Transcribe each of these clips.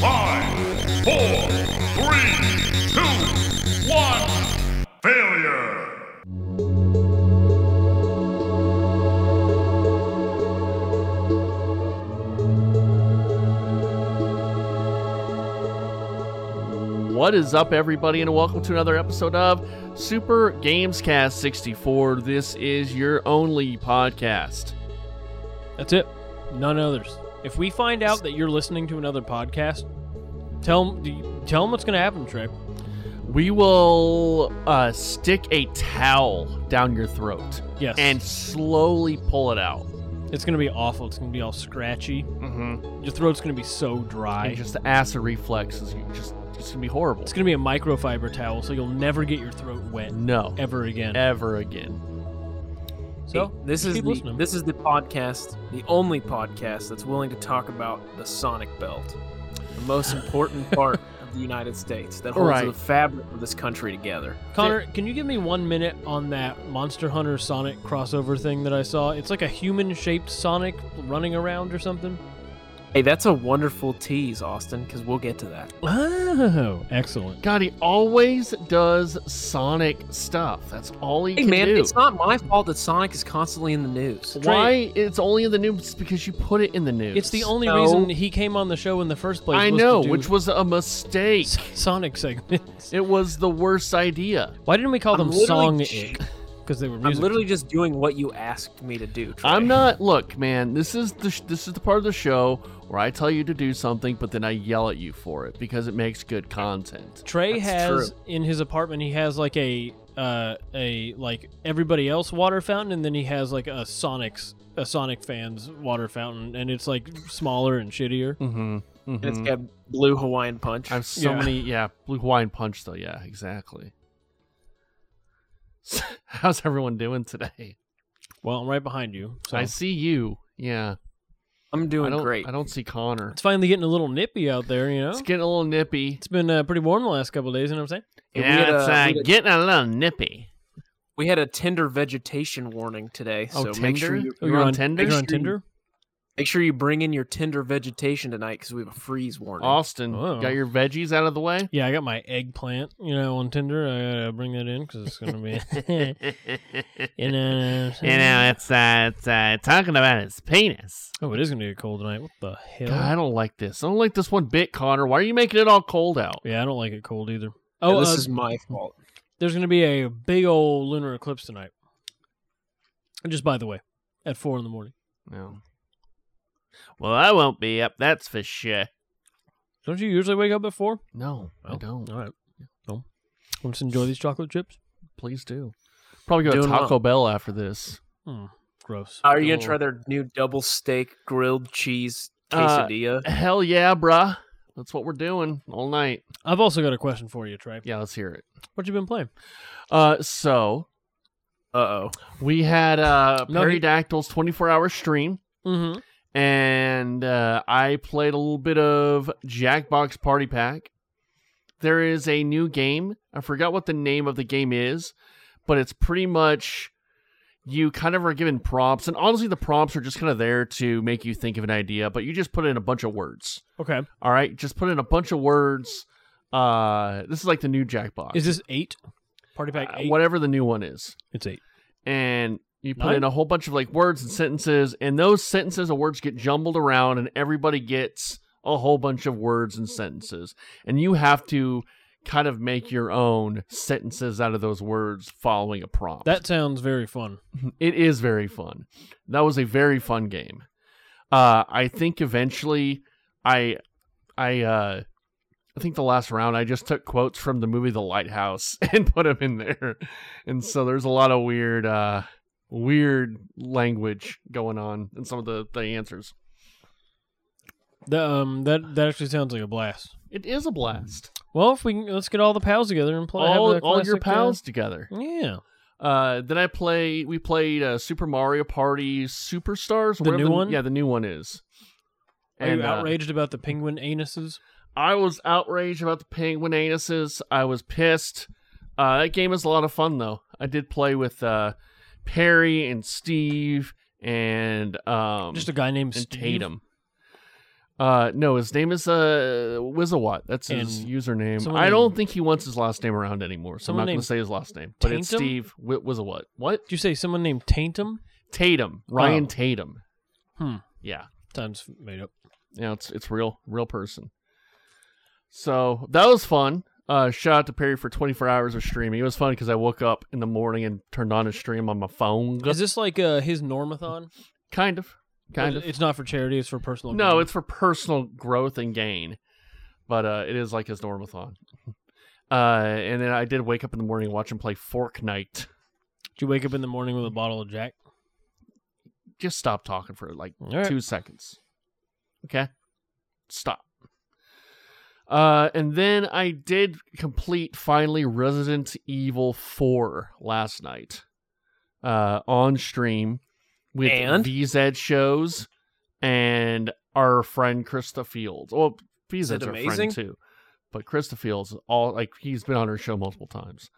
Five, four, three, two, one. Failure. What is up, everybody, and welcome to another episode of Super Gamescast 64. This is your only podcast. That's it. None others. If we find out that you're listening to another podcast, tell them, tell them what's going to happen, Trey. We will uh, stick a towel down your throat Yes. and slowly pull it out. it's going to be awful. It's going to be all scratchy. Mm-hmm. Your throat's going to be so dry. And just the acid reflex is just it's gonna be horrible. It's going to be a microfiber towel, so you'll never get your throat wet No, ever again. ever again. So, this is keep the, listening. this is the podcast, the only podcast that's willing to talk about the Sonic Belt, the most important part of the United States that holds Right. the fabric of this country together. Connor, can you give me one minute on that Monster Hunter Sonic crossover thing that I saw? It's like a human shaped Sonic running around or something. Hey, that's a wonderful tease, Austin, because we'll get to that. Oh, excellent. God, he always does Sonic stuff. That's all he Hey, can man, do. it's not my fault that Sonic is constantly in the news. Why it's only in the news? It's because you put it in the news. It's the only No. reason he came on the show in the first place. I was to know, do which was a mistake. S- Sonic segments. It was the worst idea. Why didn't we call I'm them Song literally- Because they were I'm music. literally just doing what you asked me to do. Trey. I'm not. Look, man, this is the sh- this is the part of the show where I tell you to do something, but then I yell at you for it because it makes good content. Trey That's has in his apartment. He has like a uh, a like everybody else water fountain, and then he has like a Sonic's a Sonic fans water fountain, and it's like smaller and shittier. Mm-hmm. And it's got blue Hawaiian punch. I have so Yeah. many. Yeah, blue Hawaiian punch though. Yeah, exactly. How's everyone doing today? Well, I'm right behind you. So I see you. Yeah, I'm I doing don't. great. I don't see Connor. it's finally getting a little nippy out there, you know? It's getting a little nippy. It's been uh, pretty warm the last couple of days, you know what I'm saying? Hey, we yeah, had a- it's we uh, had a- getting a little nippy. We had a tender vegetation warning today, Oh, so make sure Tinder? you Oh, you're on Tinder? Tinder? You're on Make sure Tinder? Make sure you bring in your tender vegetation tonight because we have a freeze warning. Austin, Whoa. got your veggies out of the way. Yeah, I got my eggplant, you know, on Tinder. I gotta bring that in because it's gonna be, uh, you know, what I'm saying? You know, it's uh, it's uh, talking about his penis. Oh, it is gonna get cold tonight. What the hell? God, I don't like this. I don't like this one bit, Connor. Why are you making it all cold out? Yeah, I don't like it cold either. Oh, Oh, this uh, is my fault. there's gonna be a big old lunar eclipse tonight. And just by the way, at four in the morning. No. Well, I won't be up, that's for sure. Don't you usually wake up at four? No, I Oh, don't. All right. No. Let's enjoy these chocolate chips. Please do. Probably go to Doing Taco well. Bell after this. Gross. Are you gonna Oh. try their new double steak grilled cheese Uh, quesadilla? Hell yeah, bruh. That's what we're doing all night. I've also got a question for you, Trey. Yeah, let's hear it. What you been playing? Uh, so Uh oh. we had uh No, he- Peridactyl's 24-hour stream, Mm-hmm. and uh, I played a little bit of Jackbox Party Pack. There is a new game. I forgot what the name of the game is, but it's pretty much you kind of are given prompts, and honestly, the prompts are just kind of there to make you think of an idea, but you just put in a bunch of words. Okay. All right, just put in a bunch of words. Uh, this is like the new Jackbox, Is this eight? Party pack Uh, eight. whatever the new one is, It's eight. and you put Nine? in a whole bunch of like words and sentences, and those sentences and words get jumbled around, and everybody gets a whole bunch of words and sentences, and you have to kind of make your own sentences out of those words following a prompt. That sounds very fun. it is very fun. That was a very fun game. Uh, I think eventually, I, I, uh, I think the last round I just took quotes from the movie The Lighthouse and put them in there, and so there's a lot of weird, uh, weird language going on in some of the the answers. That um that that actually sounds like a blast. It is a blast. Well, if we can, let's get all the pals together and play. all Hmm. have a all your classic, uh, pals together. yeah. Uh, then I play. We played uh, Super Mario Party Superstars. The whatever new one? Yeah, the new one is. Are And, you uh, outraged about the penguin anuses? I was outraged about the penguin anuses. I was pissed. Uh, that game is a lot of fun though. I did play with uh, Perry and Steve and um, Just a guy named and Steve. Tatum. Uh, no, his name is uh Wizzawat. That's his And username. someone I don't named- think he wants his last name around anymore, so Someone I'm not going named to say his last name. But it's Taintum? Steve Wi- Wizzawat. What? Did you say someone named Taintum? Tatum. Ryan Oh. Tatum. Hmm. Yeah. Times made up. you know, it's it's real, real person. So that was fun. Uh, shout out to Perry for 24 hours of streaming. It was fun because I woke up in the morning and turned on a stream on my phone. Is this like uh, his Normathon? Kind of, kind of. It's not for charity. It's for personal. No, gain. it's for personal growth and gain, but uh, it is like his normathon. Uh, and then I did wake up in the morning and watch him play Fork Night. Did you wake up in the morning with a bottle of Jack? Just stop talking for like All right. two seconds. Okay, stop. Uh, and then I did complete finally Resident Evil Four last night, uh, on stream with And? VZ shows and our friend Krista Fields. Well, VZ's it our amazing? friend too, but Krista Fields all like he's been on her show multiple times.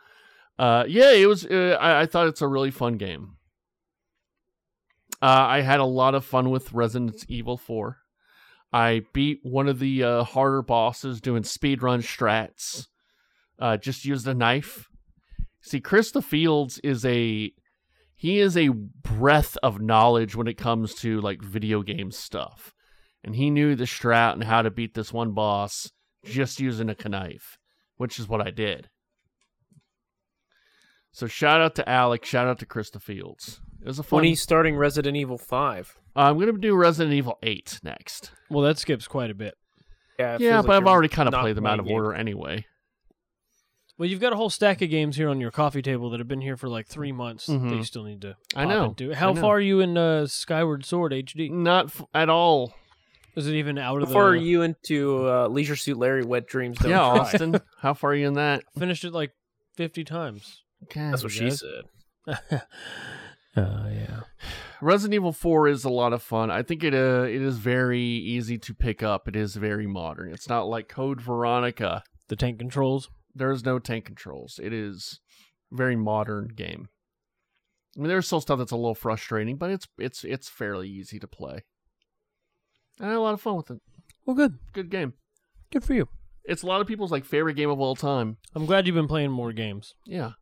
Uh, yeah, it was. Uh, I, I thought it's a really fun game. Uh, I had a lot of fun with Resident Evil 4. I beat one of the uh, harder bosses doing speedrun strats. Uh, just used a knife. See, Krista Fields is a he is a breath of knowledge when it comes to like video game stuff, and he knew the strat and how to beat this one boss just using a knife, which is what I did. So shout out to Alec, shout out to Krista Fields. It was a fun. Uh, When he's starting Resident Evil Five. I'm gonna do Resident Evil Eight next. Well, that skips quite a bit. Yeah, it yeah, feels but like I've you're already kind of not played them out playing of games. order anyway. Well, you've got a whole stack of games here on your coffee table that have been here for like three months. Mhm. That you still need to. I pop know. Into. I How know. far are you in uh, Skyward Sword HD? Not f- at all. Is it even out How of far are the? you into uh, Leisure Suit Larry Wet Dreams? Don't yeah, Cry? Austin, how far are you in that? Finished it like fifty times. Okay. That's what she Yes. said. uh, yeah. Resident Evil Four is a lot of fun. I think it uh, it is very easy to pick up. It is very modern. It's not like Code Veronica. The tank controls. There is no tank controls. It is a very modern game. I mean, there's still stuff that's a little frustrating, but it's it's it's fairly easy to play. I had a lot of fun with it. Well, good. Good game. Good for you. It's a lot of people's like favorite game of all time. I'm glad you've been playing more games. Yeah.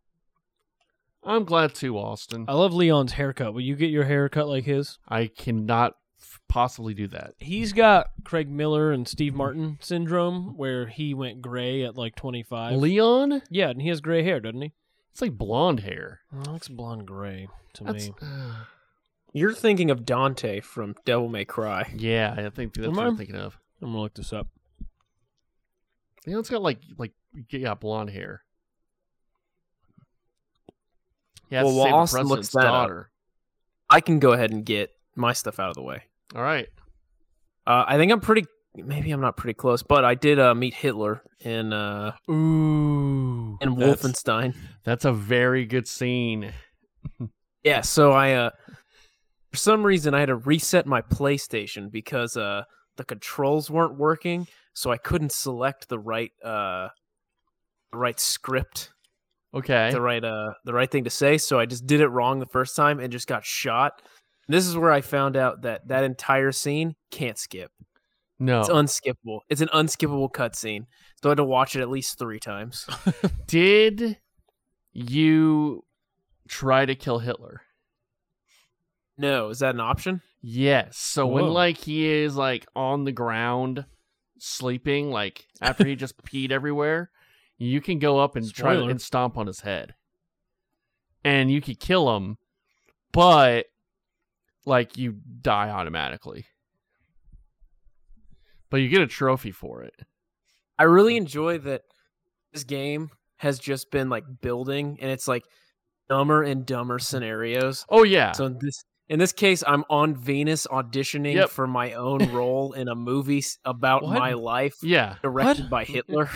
I'm glad too, Austin. I love Leon's haircut. Will you get your hair cut like his? I cannot f- possibly do that. He's got Craig Miller and Steve Martin syndrome, where he went gray at like 25. Leon? yeah, and he has gray hair, doesn't he? It's like blonde hair. Well, It looks blonde gray to That's me. You're thinking of Dante from Devil May Cry. Yeah, I think that's Am what I'm I? thinking of. I'm gonna look this up. Leon's got like like yeah, blonde hair. Yeah, Well, it's while the Austin same looks president's that up. daughter. I can go ahead and get my stuff out of the way. All right. Uh, I think I'm pretty. Maybe I'm not pretty close, but I did uh, meet Hitler in uh, Ooh. in that's, Wolfenstein. That's a very good scene. Yeah, so I uh for some reason I had to reset my PlayStation because uh the controls weren't working, so I couldn't select the right uh the right script, Okay. the right uh the right thing to say, so I just did it wrong the first time and just got shot. This is where I found out that that entire scene can't skip. No. It's Oh. unskippable. It's an unskippable cutscene. So I had to watch it at least three times. Did you try to kill Hitler? No, is that an option? Yes. So when Whoa. like he is like on the ground sleeping, like after he just peed everywhere, you can go up and try Spoiler. and stomp on his head. And you could kill him, but like you die automatically. But you get a trophy for it. I really enjoy that this game has just been like building and it's like dumber and dumber scenarios. Oh yeah. So in this in this case I'm on Venus auditioning Yep. for my own role in a movie s- about What? my life yeah. directed What? by Hitler.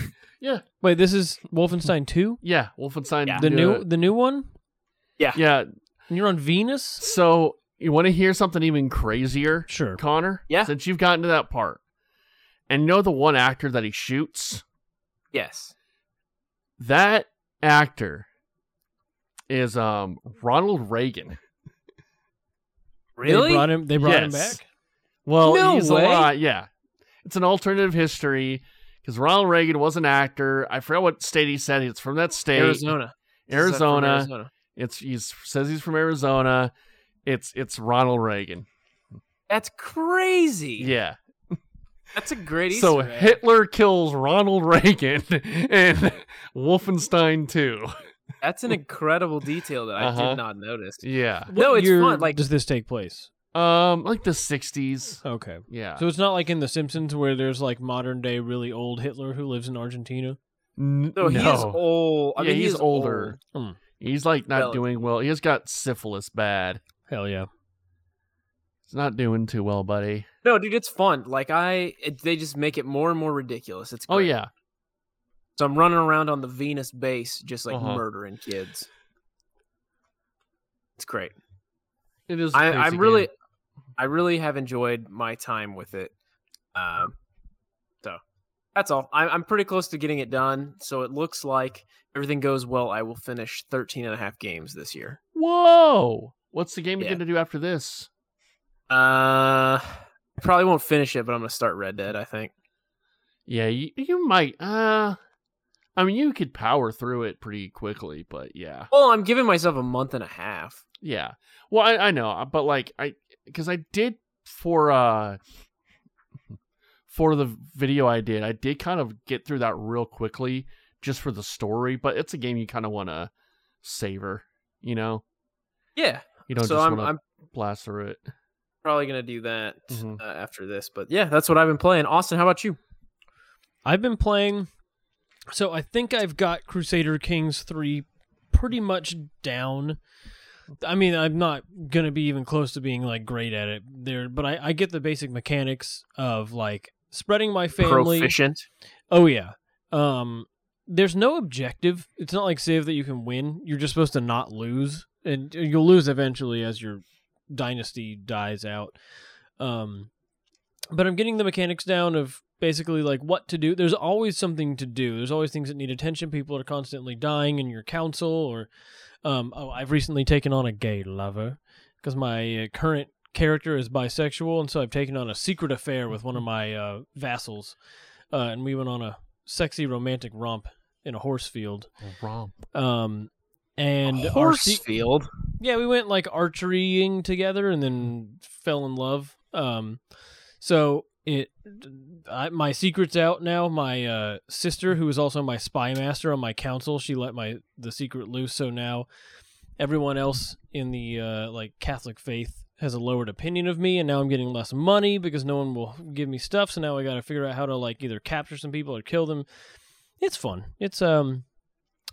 Wait, this is Wolfenstein 2, Yeah. Wolfenstein. Yeah. the uh, new the new one. Yeah. And you're on Venus. So you want to hear something even crazier? Sure. Connor? Yeah. Since you've gotten to that part. And you know the one actor that he shoots? Yes. That actor is um Ronald Reagan. Really? They brought him. They brought him Yes. back. Well, No he's way. alive. Yeah, it's an alternative history because Ronald Reagan was an actor. I forgot what state he said. It's from that state, Arizona. This is from Arizona. Arizona. It's he says he's from Arizona. It's it's Ronald Reagan. That's crazy. Yeah. That's a great Easter so egg. Hitler kills Ronald Reagan and Wolfenstein too. That's an incredible detail that I Uh-huh. did not notice. Yeah. What No, it's year fun. Like does this take place? Um, like the '60s. Okay. Yeah. So it's not like in The Simpsons where there's like modern day really old Hitler who lives in Argentina. N- no, he is no. old. I Yeah, mean, he he's is older. old. He's like not Well- doing well. He has got syphilis bad. Hell yeah. He's not doing too well, buddy. No, dude, it's fun. Like I, it, they just make it more and more ridiculous. It's Oh great. yeah. So I'm running around on the Venus base, just like Uh-huh. murdering kids. It's great. It is. a I, crazy I'm really, game. I really have enjoyed my time with it. Um, so that's all. I'm, I'm pretty close to getting it done. So it looks like everything goes well. I will finish 13 and a half games this year. Whoa! What's the game Yeah. you're gonna do after this? Uh, I probably won't finish it, but I'm gonna start Red Dead. I think. Yeah, you, you might. Uh, I mean, you could power through it pretty quickly, but yeah, Well, I'm giving myself a month and a half. yeah. Well, I, I know, uh, but like I, because I did for uh, for the video I did, I did kind of get through that real quickly just for the story. But it's a game you kind of want to savor, you know. Yeah. You don't so just I'm, want to I'm blast through it. probably gonna do that Mhm. uh, after this. But yeah, that's what I've been playing. Austin, how about you? I've been playing. So I think I've got Crusader Kings 3 pretty much down. I mean, I'm not going to be even close to being like great at it there, but I, I get the basic mechanics of like spreading my family. Proficient. Oh yeah. Um there's no objective. It's not like Civ that you can win. You're just supposed to not lose and you'll lose eventually as your dynasty dies out. Um but I'm getting the mechanics down of basically like what to do. There's always something to do. There's always things that need attention. People are constantly dying in your council or um oh, I've recently taken on a gay lover because my uh, current character is bisexual and so I've taken on a secret affair with one of my uh, vassals uh, and we went on a sexy romantic romp in a horse field. Romp. Um, and our se- Horsefield. yeah, we went like archerying together and then fell in love. Um, so it, I, my secret's out now. My uh, sister, who is also my spy master on my council, she let my the secret loose. So now everyone else in the uh, like Catholic faith has a lowered opinion of me, and now I'm getting less money because no one will give me stuff. So now I got to figure out how to like either capture some people or kill them. It's fun. It's um.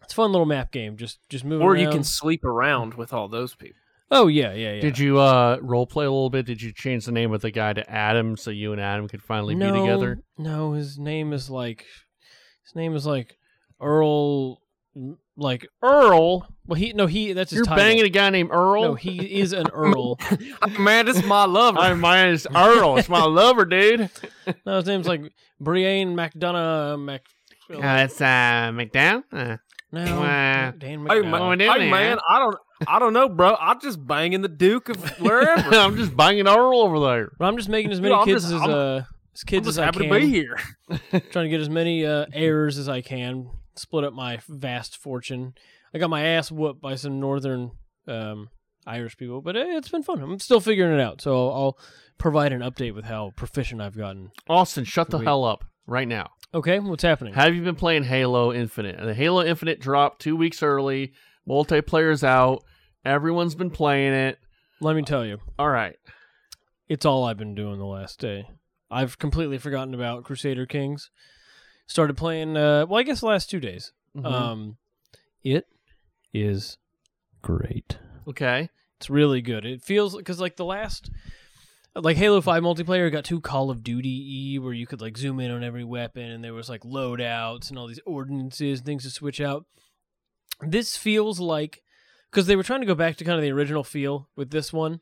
It's a fun little map game. Just just moving Or you around. can sleep around with all those people. Oh yeah, yeah, yeah. Did you uh role play a little bit? Did you change the name of the guy to Adam so you and Adam could finally be together? No, his name is like his name is like Earl like Earl. Well he no he that's his You're title. banging a guy named Earl. No, he is an Earl. Man, this is my love. I mine is Earl. It's my lover, dude. no, his name's like Brian McDonough Mac Ah, it's uh, McDowell. Uh, no, Wow. Dan Hey, McDonough. man, Going in hey, there. man, I don't, I don't know, bro. I'm just banging the Duke of wherever. I'm just banging Earl over there. But I'm just making as Dude, many I'm kids just- as I'm- uh as I'm kids just as I happy can. to be here. Trying to get as many uh, heirs as I can. Split up my vast fortune. I got my ass whooped by some northern um, Irish people, but eh, it's been fun. I'm still figuring it out, so I'll, I'll provide an update with how proficient I've gotten. Austin, shut the Sweet. hell up right now. Okay, what's happening? Have you been playing Halo Infinite? The Halo Infinite dropped two weeks early. Multiplayer's out. Everyone's been playing it. Let me tell you, All right. it's all I've been doing the last day. I've completely forgotten about Crusader Kings. Started playing, uh, well, I guess the last two days. Mhm. Um, it is great. okay. It's really good. It feels because like the last, like Halo Five multiplayer got too Call of Duty e where you could like zoom in on every weapon and there was like loadouts and all these ordinances and things to switch out. This feels like because they were trying to go back to kind of the original feel with this one,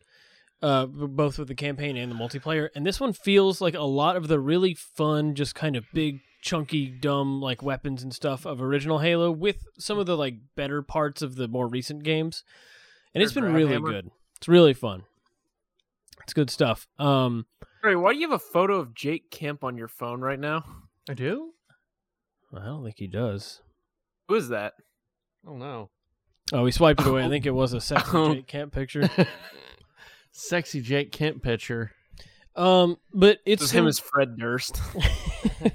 uh, b- both with the campaign and the multiplayer. And this one feels like a lot of the really fun, just kind of big, chunky, dumb like weapons and stuff of original Halo with some of the like better parts of the more recent games. And it's Their been grab really hammer. good. It's really fun. It's good stuff. Um, Ray, why do you have a photo of Jake Kemp on your phone right now? I do? I don't think he does. Who is that? Oh no. Oh, he swiped it away. I think it was a sexy Oh. Jake Camp picture. Sexy Jake Kent picture. Um, but It's it's him been- as Fred Durst.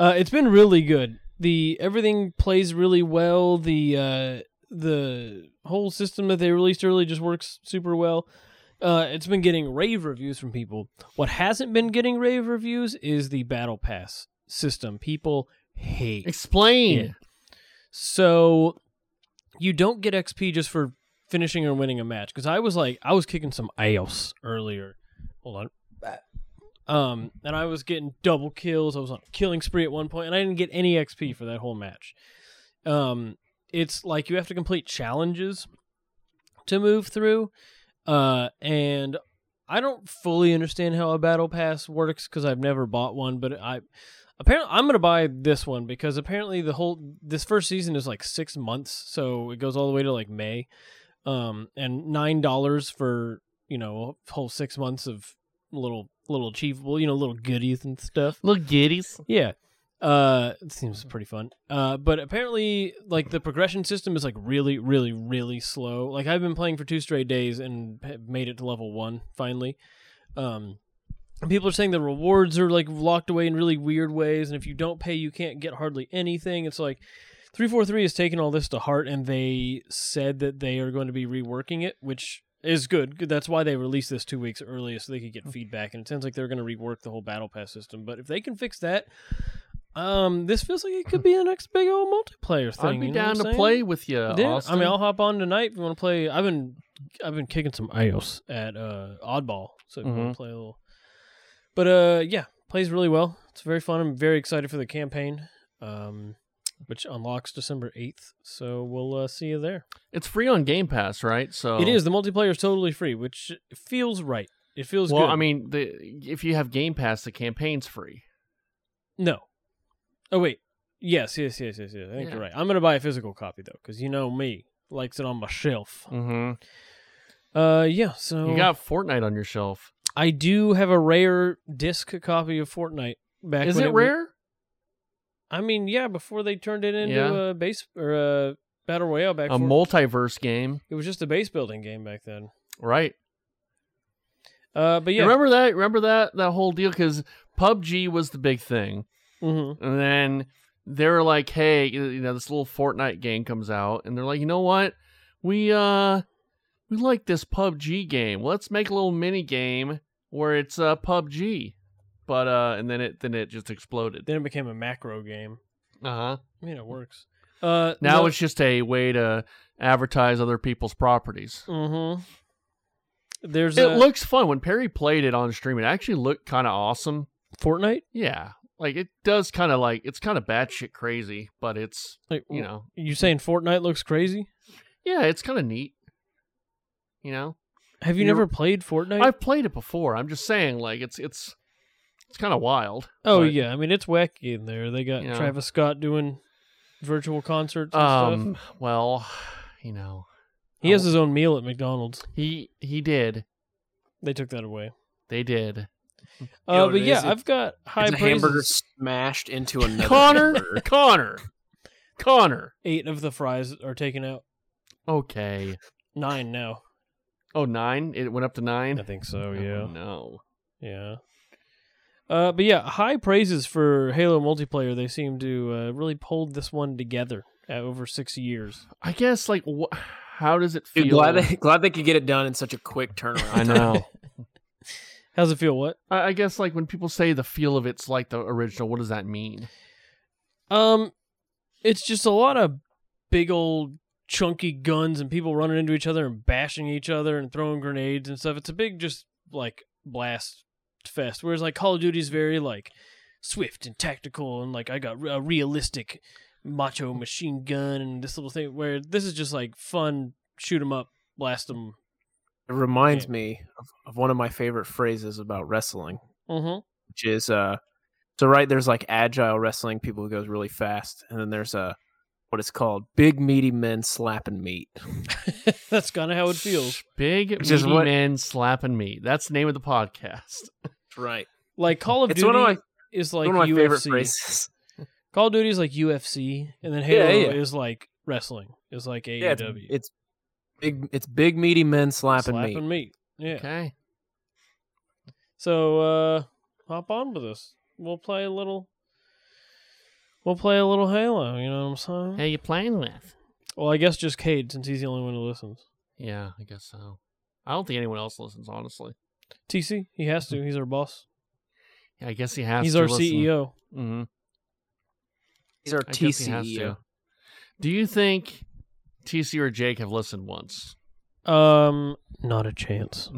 Uh, it's been really good. The everything plays really well. The uh, the whole system that they released early just works super well. Uh, it's been getting rave reviews from people. What hasn't been getting rave reviews is the battle pass system. People hate Explain. Yeah. so you don't get XP just for finishing or winning a match. Because I was like, I was kicking some ass earlier. Hold on. Um, and I was getting double kills. I was on a killing spree at one point, and I didn't get any XP for that whole match. Um, it's like you have to complete challenges to move through. Uh, and I don't fully understand how a battle pass works because I've never bought one, but I apparently I'm gonna buy this one because apparently the whole this first season is like six months, so it goes all the way to like May, um, and nine dollars for you know a whole six months of little little achievable you know little goodies and stuff. Little giddies. Yeah. Uh, it seems pretty fun. Uh, but apparently, like the progression system is like really, really, really slow. Like I've been playing for two straight days and have made it to level one finally. Um, and people are saying the rewards are like locked away in really weird ways, and if you don't pay, you can't get hardly anything. It's like three four three has taken all this to heart, and they said that they are going to be reworking it, which is good. Good- That's why they released this two weeks early so they could Mm. get feedback. And it sounds like they're going to rework the whole battle pass system. But if they can fix that, um, this feels like it could be the next big old multiplayer thing. I'd be you know down what I'm to saying? play with you, Yeah, Uh, Austin. I mean, I'll hop on tonight if you want to play. I've been I've been kicking some ios at uh, Oddball, so if you Mm-hmm. want to play a little. But uh, yeah, plays really well. It's very fun. I'm very excited for the campaign, um, which unlocks December eighth. So we'll uh, see you there. it's free on Game Pass, right? So It is the multiplayer is totally free, which feels right. It feels Well, good. I mean, the if you have Game Pass, the campaign's free. no. Oh wait, yes, yes, yes, yes, yes. I think Yeah. you're right. I'm gonna buy a physical copy though, because you know me likes it on my shelf. Mm-hmm. Uh, yeah. So You got Fortnite on your shelf. I do have a rare disc copy of Fortnite. Back Is when it wa- rare? I mean, yeah, before they turned it into Yeah. a base or a battle royale back. for- A multiverse game, it was just a base building game back then. right? Uh, but yeah, Remember that? Remember that that whole deal? Because PUBG was the big thing, Mhm. and then they were like, "Hey, you know, this little Fortnite game comes out," and they're like, "You know what? We uh, we like this PUBG game. Let's make a little mini game where it's uh PUBG." But uh, and then it then it just exploded. then it became a macro game. Uh huh. I mean, it works. Uh, Now it's just a way to advertise other people's properties. hmm There's It a looks fun. When Perry played it on stream, it actually looked kind of awesome. Fortnite. Yeah. Like it does kind of like it's kind of batshit crazy, but it's Like you know you saying Fortnite looks crazy? yeah it's kind of neat. You know, Have you You're- never played Fortnite? I've played it before. I'm just saying, like it's it's it's kind of wild. oh but, yeah, I mean it's wacky in there. They got Yeah. Travis Scott doing virtual concerts and stuff. Um. oh. Well, you know He has his own meal at McDonald's. he he did They took that away. they did. You know Uh, what but it yeah, is? It- I've got high it's a praises. hamburger smashed into another Connor, hamburger. Connor, Connor. Eight of the fries are taken out. Okay. Nine now. Oh, nine? It went up to nine? I think so. Oh, Yeah. No. Yeah. Uh, but yeah, high praises for Halo multiplayer. They seem to uh, really pulled this one together at over six years. I guess, like, wh- how does it feel? Dude, glad they, glad they could get it done in such a quick turnaround. I know. How's it feel? What? I-, I guess, like, when people say the feel of it's like the original, what does that mean? Um, it's just a lot of big old chunky guns and people running into each other and bashing each other and throwing grenades and stuff. It's a big just like blast fest. Whereas like Call of Duty's very like swift and tactical and like I got a realistic macho machine gun and this little thing. Where this is just like fun shoot 'em up, blast 'em, It reminds game. me of, of one of my favorite phrases about wrestling, Mm-hmm. which is uh so right there's like agile wrestling, people who goes really fast, and then there's uh, what it's called big meaty men slapping meat. That's kind of how it feels. Big Which meaty is what- man slapping me. That's the name of the podcast. Right. Like Call of It's Duty one of my is like one of my UFC. favorite phrases. Call of Duty is like UFC, and then Yeah, Halo yeah. is like wrestling. Is like E AEW. Yeah, it's, it's big it's big meaty men slapping, meat. slapping meat. Yeah. Okay. So uh hop on with us. We'll play a little We'll play a little Halo, you know what I'm saying? How you playing with? Well, I guess just Cade since he's the only one who listens. Yeah, I guess so. I don't think anyone else listens, honestly. TC, he has Mm-hmm. to. He's our boss. Yeah, I guess he has he's to our E listen. CEO. Mm-hmm. These are E I guess he has TCE. to. Do you think TC or Jake have listened once? Um not a chance.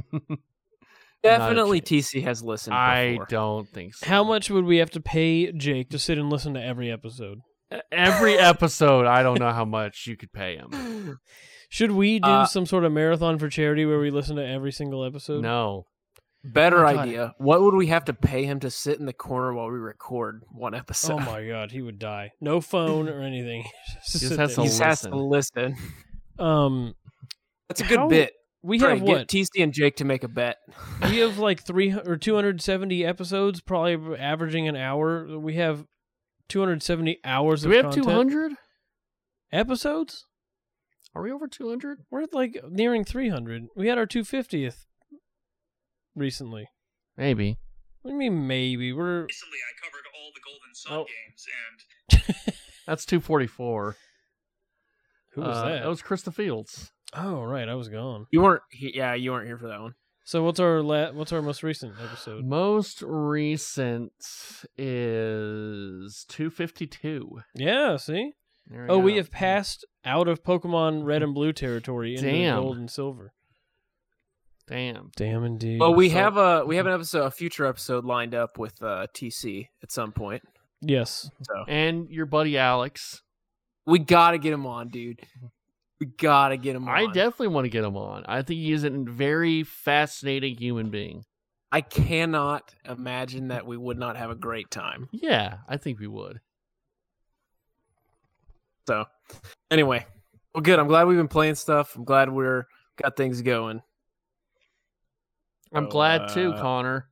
Definitely chance. TC has listened. I before. don't think so. How much would we have to pay Jake to sit and listen to every episode? E, Every episode, I don't know how much you could pay him. Should we do Uh, some sort of marathon for charity where we listen to every single episode? No. Better Oh, God. idea. What would we have to pay him to sit in the corner while we record one episode? Oh my god, he would die. No phone or anything. Just Just sit has there. he to- has to listen. listen. um That's a good How- bit. we Trey, have what? Get TC and Jake to make a bet. we have like 300 or 270 episodes probably averaging an hour we have 270 hours Do of we have content. 200? episodes Are we over 200? we're at like nearing 300 we had our 250th recently Maybe. what do you mean maybe we're Recently, I covered all the Golden Sun games, Oh. and That's 244. who was Uh, that That was Krista Fields. oh right i was gone You weren't. He, yeah, you weren't here for that one. so what's our la- what's our most recent episode Most recent is 252. yeah see There oh we go. have passed out of pokemon red and blue territory into Damn. gold and silver Damn. damn indeed Well, we So- have a we have an episode, a future episode lined up with uh, TC at some point. yes And your buddy Alex. We gotta get him on, dude. We gotta get him on. I definitely want to get him on. I think he's a very fascinating human being. I cannot imagine that we would not have a great time. Yeah, I think we would. So, anyway, well, good. I'm glad we've been playing stuff. I'm glad we're got things going. I'm So, glad too, uh, Connor.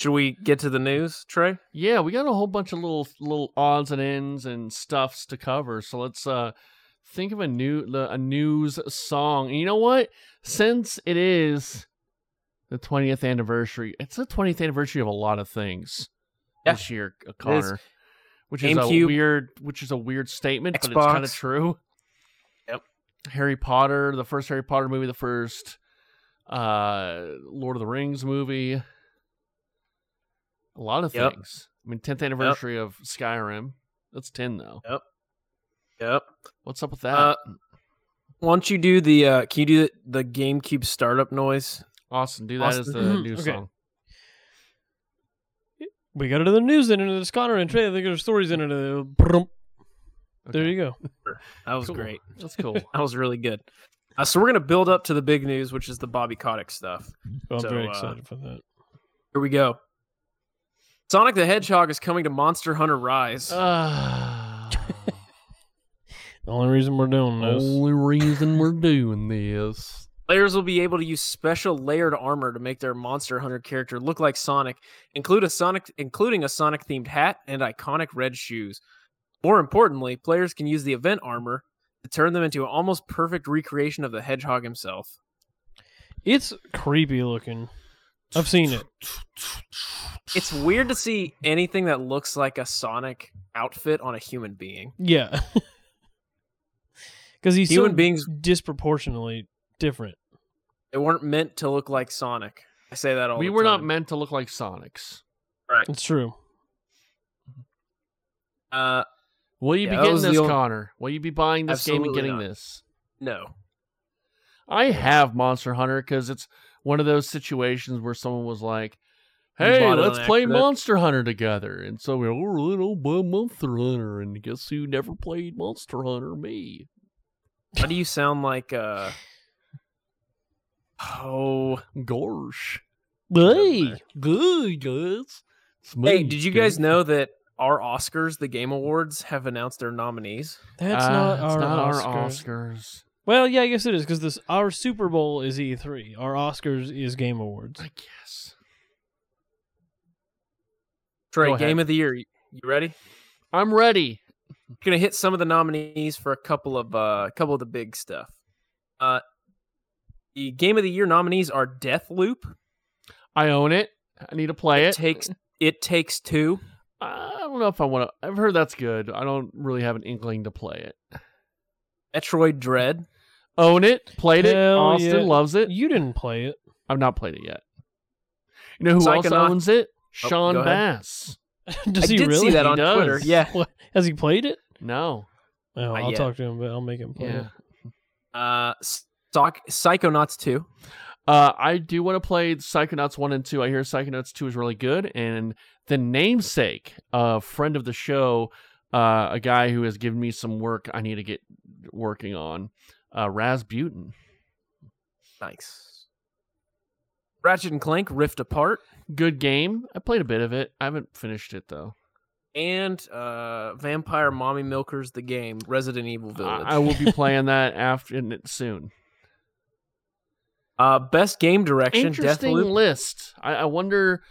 Should we get to the news, Trey? Yeah, we got a whole bunch of little little odds and ends and stuffs to cover. So let's uh think of a new the- a news song. And you know what? Since it is the 20th anniversary, it's the 20th anniversary of a lot of things Yeah. this year, uh, Connor. Which is a GameCube. weird which is a weird statement, but it's kind of Xbox. true. Yep. Harry Potter, the first Harry Potter movie, the first uh Lord of the Rings movie. A lot of Yep. things. I mean, 10th anniversary of Skyrim. That's 10 though. Yep. What's up with that? Uh, Why don't you do the? Uh, can you do the, the GameCube startup noise? Austin, do that as Austin- the new Okay. song. We got into the news then into this Connor and Trey. They got stories into the. Brum. There Okay. you go. That was Cool. great. That's cool. That was really good. Uh, so we're gonna build up to the big news, which is the Bobby Kotick stuff. I'm So, very uh, excited for that. Here we go. Sonic the Hedgehog is coming to Monster Hunter Rise. Uh. Ah. The only reason we're doing this. only reason we're doing this. Players will be able to use special layered armor to make their Monster Hunter character look like Sonic, include a Sonic, including a Sonic themed hat and iconic red shoes. More importantly, players can use the event armor to turn them into an almost perfect recreation of the Hedgehog himself. It's creepy looking. I've seen it. It's weird to see anything that looks like a Sonic outfit on a human being. Yeah. Because he's Human so beings disproportionately different. they weren't meant to look like Sonic. I say that all We the were not time. meant to look like Sonics. It's true. Uh, Will you Yeah, that be getting was the this, only- Connor? Will you be buying this game and Absolutely getting not. this? no. I have Monster Hunter because it's one of those situations where someone was like, You "Hey, bought it let's on play accident." Monster Hunter together," and so we "Oh, were little by Monster Hunter, and guess who never played Monster Hunter? Me. Why do you sound like uh Oh, Gorsh. Hey, good guys. hey, did you guys know that our Oscars, the Game Awards, have announced their nominees? That's Uh, not, it's our, not Oscar. our Oscars. Well, yeah, I guess it is because this our Super Bowl is E3, our Oscars is Game Awards. I guess. Trey, Go ahead. Game of the Year. You you ready? I'm ready. gonna hit some of the nominees for a couple of uh, a couple of the big stuff. Uh, the game of the year nominees are Death Loop, I own it. I need to play it. takes it takes two, I don't know if I want to. I've heard that's good. I don't really have an inkling to play it. Metroid Dread, Own it. Played it. Hell Austin yeah. loves it. You didn't play it. I've not played it yet. You know who else Psychonaut- owns it? Oh, Sean go ahead. Bass. Does I he did see really? that He on does. Twitter. Yeah. What? Has he played it? No. Mm. Oh, Not I'll yet. talk to him, but I'll make him play Yeah. it. Uh, Sock- Psychonauts two, Uh, I do want to play Psychonauts 1 and 2. I hear Psychonauts 2 is really good. And the namesake, a friend of the show, uh, a guy who has given me some work I need to get working on, uh, Rasputin. nice. Ratchet and Clank Rift Apart Good game. I played a bit of it. I haven't finished it, though. and uh, Vampire Mommy Milkers the game Resident Evil Village. I, I will be playing that after and it- soon. uh, best game direction Interesting Deathloop. list. I, I wonder,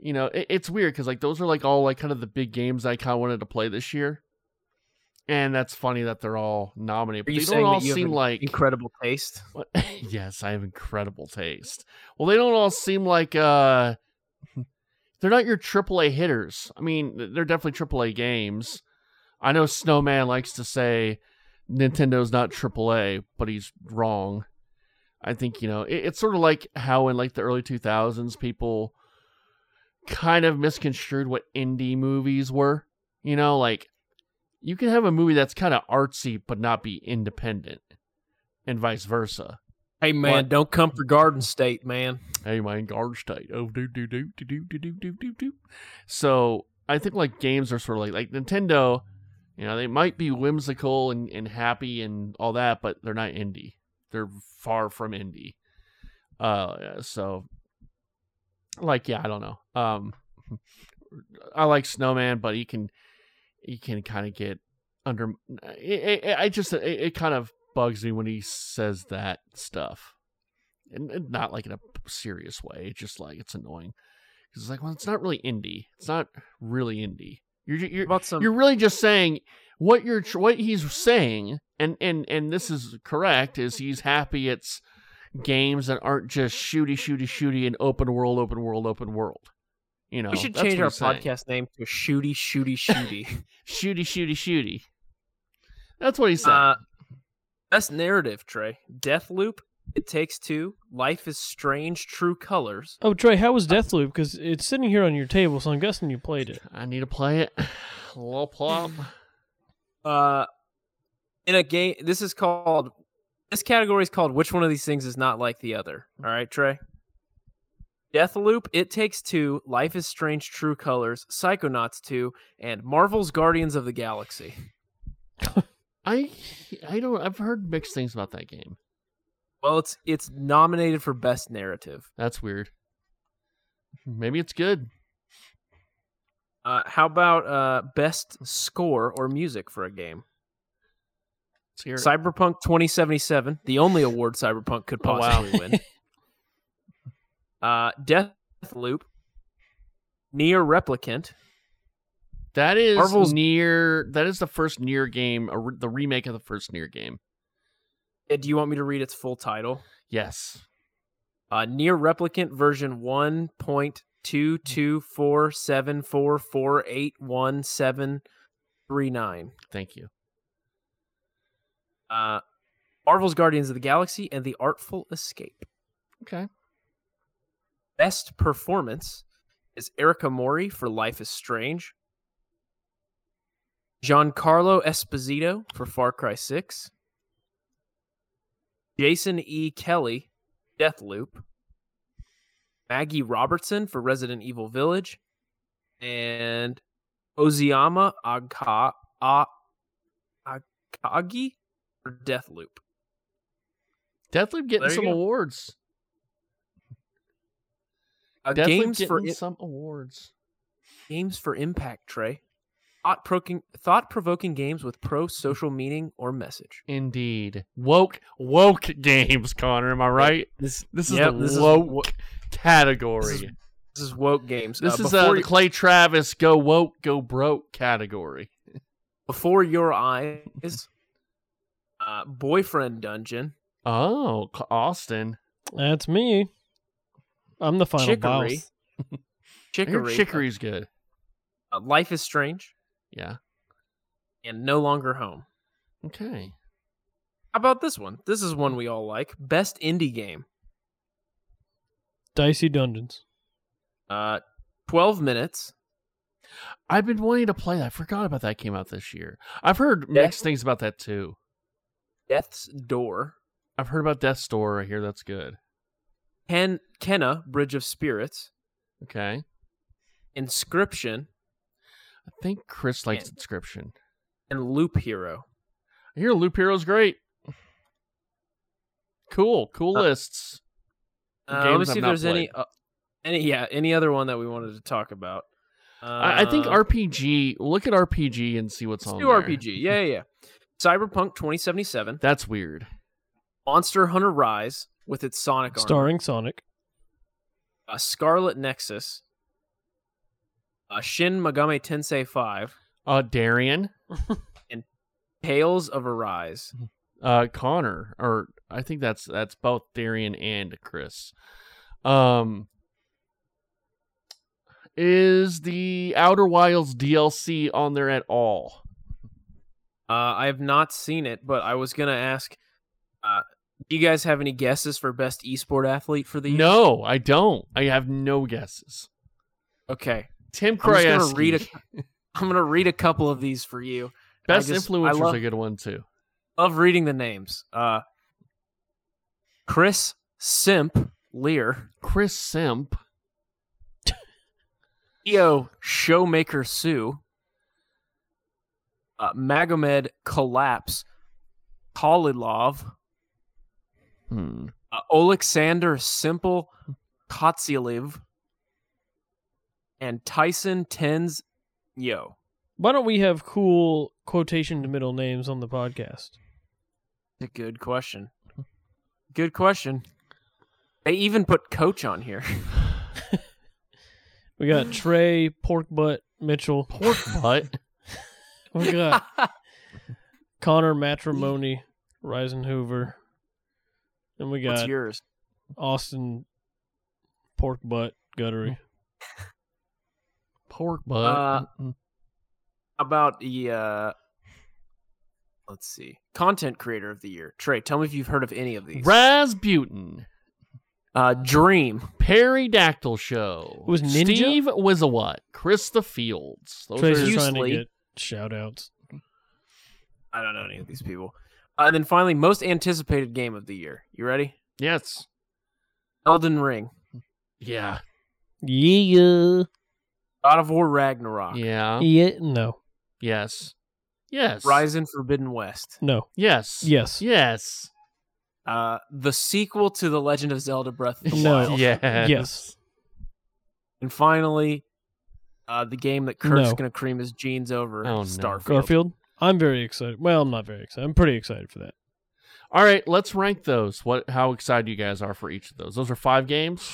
you know, it, it's weird because, like, those are, like, all, like, kind of the big games I kind of wanted to play this year. And that's funny that they're all nominated. Are But you they saying don't all that you have seem an like incredible taste? What? yes, I have incredible taste. Well, they don't all seem like uh they're not your AAA hitters. I mean, th- they're definitely AAA games. I know Snowman likes to say Nintendo's not AAA, but he's wrong. I think, you know, it, it's sort of like how in like the early 2000s people kind of misconstrued what indie movies were. You know, like you can have a movie that's kind of artsy but not be independent and vice versa. Hey man, What? don't come for Garden State, man. Hey man, guard state. Oh do do do do do do do do do do. So I think like games are sort of like like Nintendo, you know, they might be whimsical and, and happy and all that, but they're not indie. They're far from indie. Uh so like yeah, I don't know. Um I like Snowman, but he can he can kind of get under I- I I just it, it kind of bugs me when he says that stuff and, and not like in a serious way. It's just like it's annoying because it's like, well, it's not really indie. It's not really indie. You're ju- you're About some you're really just saying what you're tr- what he's saying, and and and this is correct. Is he's happy? It's games that aren't just shooty shooty shooty and open world, open world, open world. You know, we should that's change what our he's saying. podcast name to Shooty Shooty Shooty. Shooty shooty shooty. That's what he's saying. uh, best narrative, Trey. Death Loop, It Takes Two, Life is Strange, True Colors. Oh, Trey, how Uh, was Deathloop? Because it's sitting here on your table, so I'm guessing you played it. I need to play it. Little plop. Uh, in a game, this is called. This category is called "Which one of these things is not like the other?" All right, Trey. Death Loop, It Takes Two, Life is Strange, True Colors, Psychonauts Two, and Marvel's Guardians of the Galaxy. I I don't. I've heard mixed things about that game. Well, it's it's nominated for best narrative. That's weird. Maybe it's good. Uh, how about uh, best score or music for a game? Let's hear it. Cyberpunk 2077, the only award Cyberpunk could Oh, wow. possibly win. Uh, Deathloop, Near Replicant, that is Marvel's- near. That is the first near game. Or the remake of the first near game. Uh, do you want me to read its full title? Yes. Uh, Near Replicant version 1.22474481739. Thank you. Uh, Marvel's Guardians of the Galaxy and The Artful Escape. Okay. best performance is Erica Mori for Life is Strange, Giancarlo Esposito for Far Cry 6, Jason E. Kelly, Deathloop, Maggie Robertson for Resident Evil Village, and Oziama Agha, A- Akagi for Deathloop. Deathloop getting There you some go. awards. Uh, Deathloop games getting for i- some awards. games for impact, Trey. Thought provoking thought provoking games with pro social meaning or message. Indeed. Woke woke games, Connor, am I right? This This is Yep, the this is wo- woke category. this is- this is woke games. This is before, uh, the Clay Travis go woke go broke category. before your eyes. Uh, boyfriend dungeon. Oh, C- Austin, That's me. I'm the final Chicory. boss. I hear Chicory. chicory's good. uh, Life is strange Yeah. and no longer home. Okay. How about this one? This is one we all like. Best indie game. Dicey Dungeons. Uh, twelve minutes. I've been wanting to play that. I forgot about that came out this year. I've heard mixed things about that too. Death's door. I've heard about Death's Door. I hear that's good. Ken Kenna Bridge of Spirits. Okay. Inscription I think Chris likes subscription. and Loop Hero. I hear Loop Hero's great. Cool. Cool Uh, lists. Uh, Games let me see I've if not there's any, played. uh, any, yeah, any other one that we wanted to talk about. Uh, I, I think RPG. Look at RPG and see what's let's on do there. RPG. Yeah, yeah, yeah. Cyberpunk 2077, That's weird. Monster Hunter Rise with its Sonic armor, Starring Sonic. uh, Scarlet Nexus, uh, Shin Megami Tensei 5, Uh, Darian. Tales of Arise. uh Connor or I think that's that's both Darian and Chris. Um is the Outer Wilds DLC on there at all? Uh, I have not seen it, but I was gonna ask. Uh, do you guys have any guesses for best esport athlete for the year? No, I don't. I have no guesses. Okay, Tim I'm just Kryeski. gonna read a. I'm gonna read a couple of these for you. Best I just- I influencer's love- a good one too. love reading the names. Uh, Chris Simp Lear, Chris Simp, Theo E Showmaker Sue, uh, Magomed Collapse, Kolilov, hmm. uh, Oleksandr Simple Kotsilev, and Tyson Tens Yo. Why don't we have cool quotation to middle names on the podcast? A good question. Good question. They even put coach on here. We got Trey, Pork Butt, Mitchell. pork butt. We got Connor Matrimony, Risenhoover. And we What's got yours? Austin Pork Butt Guttery. pork butt. Uh, Mm-mm. How about the uh let's see content creator of the year trey tell me if you've heard of any of these Rasputin. uh dream Pterodactyl Show. Was Ninja? Steve Wizawat. Chris the Fields. Those Trey's are- just trying to Usually- get shout outs. i don't know any of these people uh, and then finally most anticipated game of the year you ready yes. elden ring Yeah. Yeah. god of war ragnarok Yeah. Yeah. No. Yes. Yes. Horizon Forbidden West, No. Yes. Yes. Yes. uh, the sequel to The Legend of Zelda Breath of the No. Wild, Yes. Yes. and finally, uh, the game that Kurt's No. gonna cream his jeans over, Oh, no. Starfield. Garfield. I'm very excited. Well, I'm not very excited. I'm pretty excited for that. All right, let's rank those. What how excited you guys are for each of those? Those are 5 games.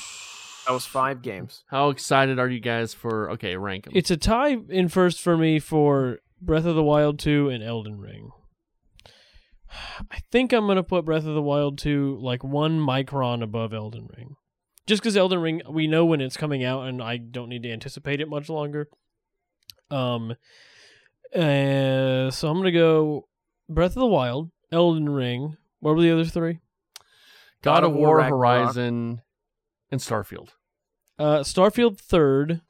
That was five games. How excited are you guys for Okay, rank them. It's a tie in first for me for Breath of the Wild 2 and Elden Ring. I think I'm going to put Breath of the Wild 2 like one micron above Elden Ring. Just because Elden Ring, we know when it's coming out and I don't need to anticipate it much longer. Um, uh, so I'm going to go Breath of the Wild, Elden Ring. What were the other three? God of War, Ragnarok. Horizon and Starfield. Uh, Starfield third.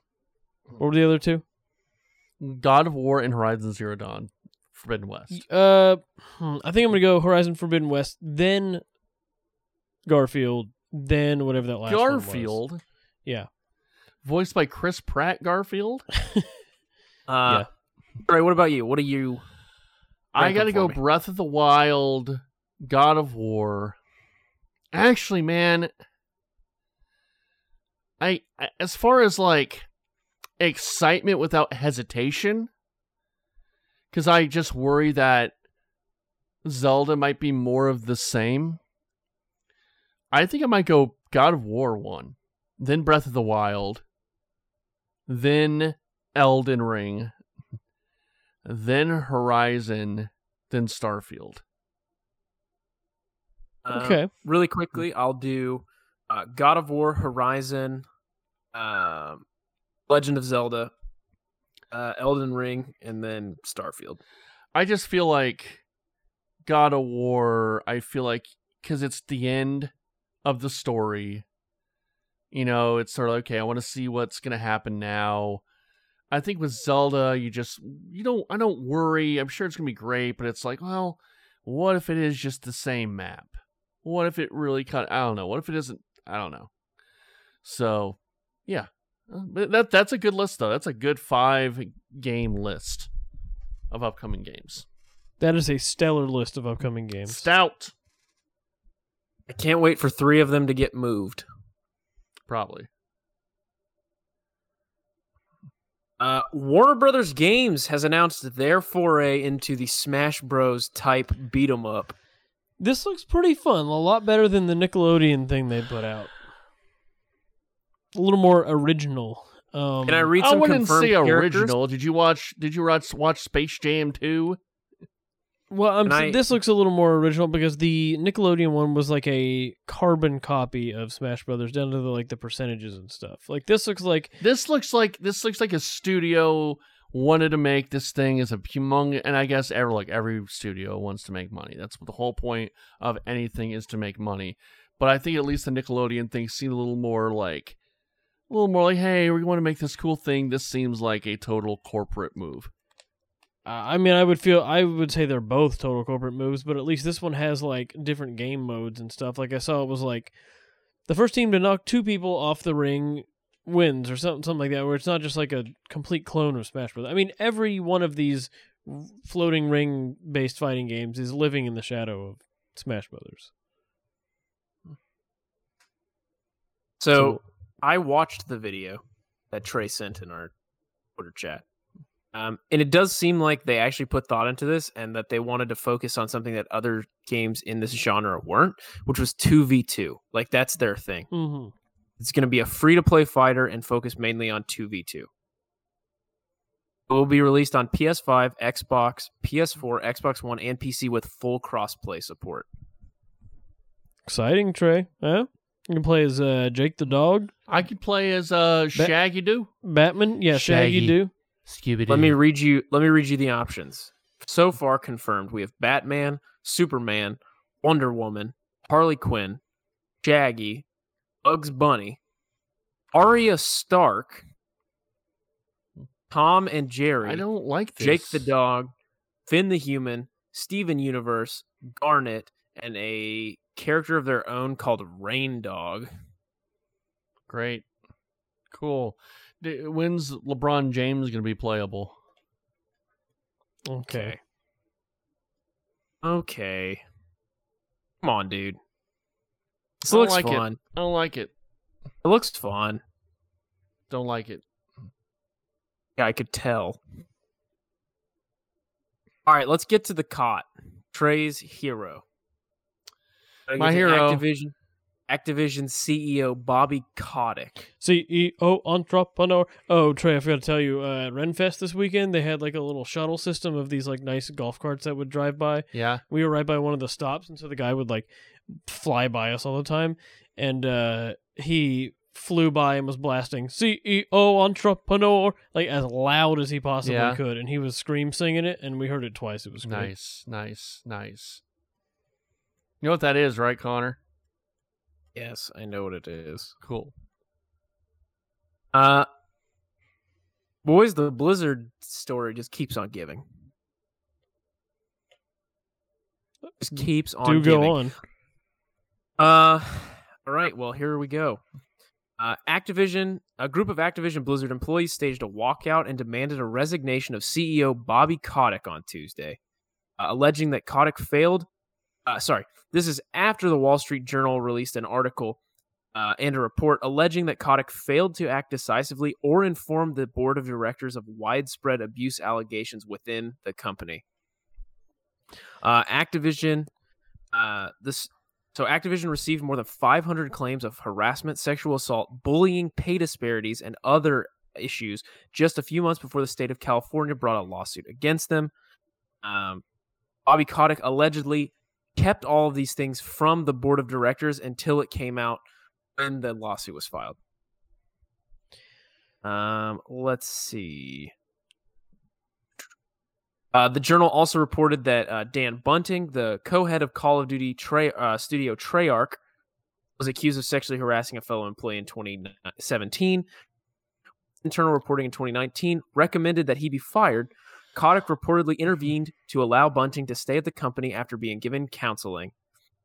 What were the other two? God of War and Horizon Zero Dawn. Forbidden West. Uh, hmm, I think I'm gonna go Horizon Forbidden West, then Garfield, then whatever that last one was. Garfield. Yeah. Voiced by Chris Pratt Garfield. Uh, Trey, what about you? What are you? I Rank 'em got to for go me. Breath of the Wild, God of War, actually, man, I I- as far as like excitement without hesitation, because I just worry that Zelda might be more of the same. I think I might go God of War one, then Breath of the Wild, then Elden Ring, then Horizon, then Starfield. Um, Okay. really Hmm. quickly, I'll do uh, God of War, Horizon, um, Legend of Zelda, uh, Elden Ring, and then Starfield. I just feel like God of War. I feel like because it's the end of the story. You know, it's sort of okay. I want to see what's gonna happen now. I think with Zelda, you just you don't. I don't worry. I'm sure it's gonna be great, but it's like, well, what if it is just the same map? What if it really cut? I don't know. What if it isn't? I don't know. So, yeah, Uh, but that that's a good list though. That's a good five game list of upcoming games. That is a stellar list of upcoming games. Stout, I can't wait for three of them to get moved. probably. Uh, Warner Brothers Games has announced their foray into the Smash Bros. type beat 'em up. This looks pretty fun. A lot better than the Nickelodeon thing they put out. A little more original. Um, Can I read I some wouldn't confirmed say characters? original. Did you watch? Did you watch watch Space Jam two? Well, I'm, Can I- this looks a little more original because the Nickelodeon one was like a carbon copy of Smash Brothers down to the, like the percentages and stuff. Like this looks like This looks like this looks like a studio wanted to make this thing as a humongous. And I guess every like every studio wants to make money. That's what the whole point of anything is to make money. But I think at least the Nickelodeon thing seemed a little more like a little more like, hey, we want to make this cool thing. This seems like a total corporate move. uh, I mean I would feel I would say they're both total corporate moves, but at least this one has like different game modes and stuff. Like I saw it was like the first team to knock two people off the ring wins or something something like that where it's not just like a complete clone of Smash Brothers. I mean every one of these floating ring based fighting games is living in the shadow of Smash Brothers. So I watched the video that Trey sent in our Twitter chat. Um, and it does seem like they actually put thought into this and that they wanted to focus on something that other games in this genre weren't, which was 2v2. Like that's their thing. Mm-hmm. It's going to be a free to play fighter and focus mainly on 2v2. It will be released on PS5, Xbox, PS4, Xbox One, and PC with full crossplay support. Exciting, Trey. Huh? You can play as uh, Jake the dog, I could play as uh, Shaggy Doo. Batman. Yeah, Shaggy, Shaggy. do. Scooby Let Mm-hmm. me read you. Let me read you the options. So far confirmed, we have Batman, Superman, Wonder Woman, Harley Quinn, Shaggy, Bugs Bunny, Arya Stark, Tom and Jerry, I don't like this. Jake the dog, Finn the human, Steven Universe, Garnet, and a character of their own called Rain Dog. Great. Cool. D- When's LeBron James going to be playable? Okay. Okay, come on, dude. This I don't looks like it. fun. I don't like it. It looks fun. Don't like it. Yeah, I could tell. All right, let's get to the cot. Trey's hero. Gotta get My to hero. Activision, Activision CEO Bobby Kotick. CEO E entrepreneur. Oh, Trey, I forgot to tell you. Uh, at Renfest this weekend, they had like a little shuttle system of these like nice golf carts that would drive by. Yeah. We were right by one of the stops, and so the guy would like fly by us all the time, and uh, he flew by and was blasting CEO entrepreneur like as loud as he possibly Yeah. could, and he was scream singing it, and we heard it twice. It was great. Nice, nice, nice. You know what that is, right, Connor? Yes, I know what it is. Cool. Uh boys, the Blizzard story just keeps on giving. Just keeps on Mm, Do giving. go on. Uh, all right. Well, here we go. Uh, Activision, a group of Activision Blizzard employees staged a walkout and demanded a E resignation of CEO Bobby Kotick on Tuesday, uh, alleging that Kotick failed uh, sorry, this is after the Wall Street Journal released an article uh, and a report alleging that Kotick failed to act decisively or inform the board of directors of widespread abuse allegations within the company. Uh, Activision, uh, this so Activision received more than 500 claims of harassment, sexual assault, bullying, pay disparities, and other issues just a few months before the state of California brought a lawsuit against them. Um, Bobby Kotick allegedly kept all of these things from the board of directors until it came out when the lawsuit was filed. Um, let's see. Uh, the journal also reported that uh, Dan Bunting, the co-head of Call of Duty Tre- uh, studio Treyarch, was accused of sexually harassing a fellow employee in 2017. Internal reporting in 2019 recommended that he be fired. Kotick reportedly intervened to allow Bunting to stay at the company after being given counseling.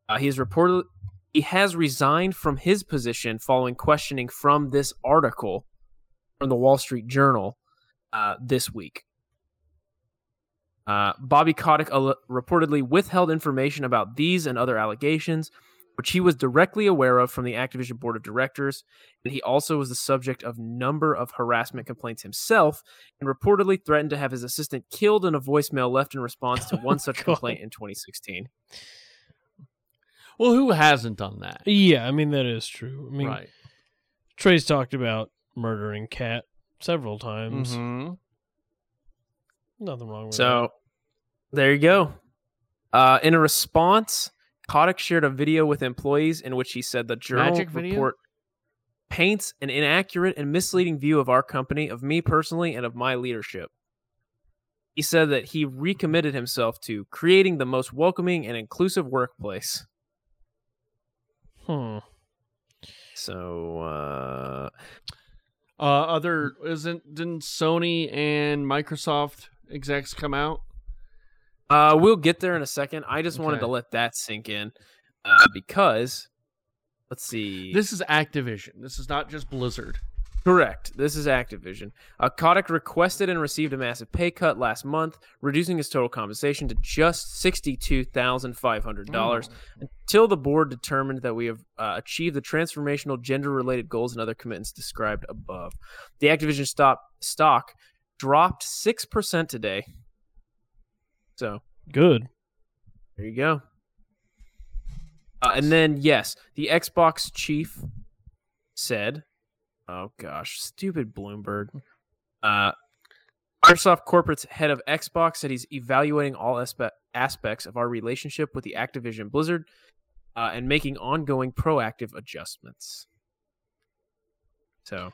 Uh, he is reported he has resigned from his position following questioning from this article from the Wall Street Journal uh, this week. Uh, Bobby Kotick al- reportedly withheld information about these and other allegations, which he was directly aware of from the Activision board of directors, and he also was the subject of number of harassment complaints himself, and reportedly threatened to have his assistant killed in a voicemail left in response to one such God. complaint in 2016. Well, who hasn't done that? Yeah, I mean that is true. I mean, right. Trey's talked about murdering Cat several times. Mhm. Nothing wrong with So there you go. Uh, in a response, Kotick shared a video with employees in which he said the journal Magic video? report paints an inaccurate and misleading view of our company, of me personally, and of my leadership. He said that he recommitted himself to creating the most welcoming and inclusive workplace. that. Hmm. So, uh, Uh, other isn't didn't Sony and Microsoft execs come out? uh, we'll get there in a second. I just wanted Okay. to let that sink in uh, because, let's see. This is Activision. This is not just Blizzard. Correct. This is Activision. Uh, Kotick requested and received a massive pay cut last month, reducing his total compensation to just sixty-two thousand five hundred dollars until the board determined that we have uh, achieved the transformational gender-related goals and other commitments described above. The Activision stop, stock dropped six percent today. So Good. there you go. Uh, and then, yes, the Xbox chief said, oh gosh, stupid Bloomberg. Uh, Microsoft Corporate's head of Xbox said he's evaluating all aspe- aspects of our relationship with the Activision Blizzard uh, and making ongoing proactive adjustments. So,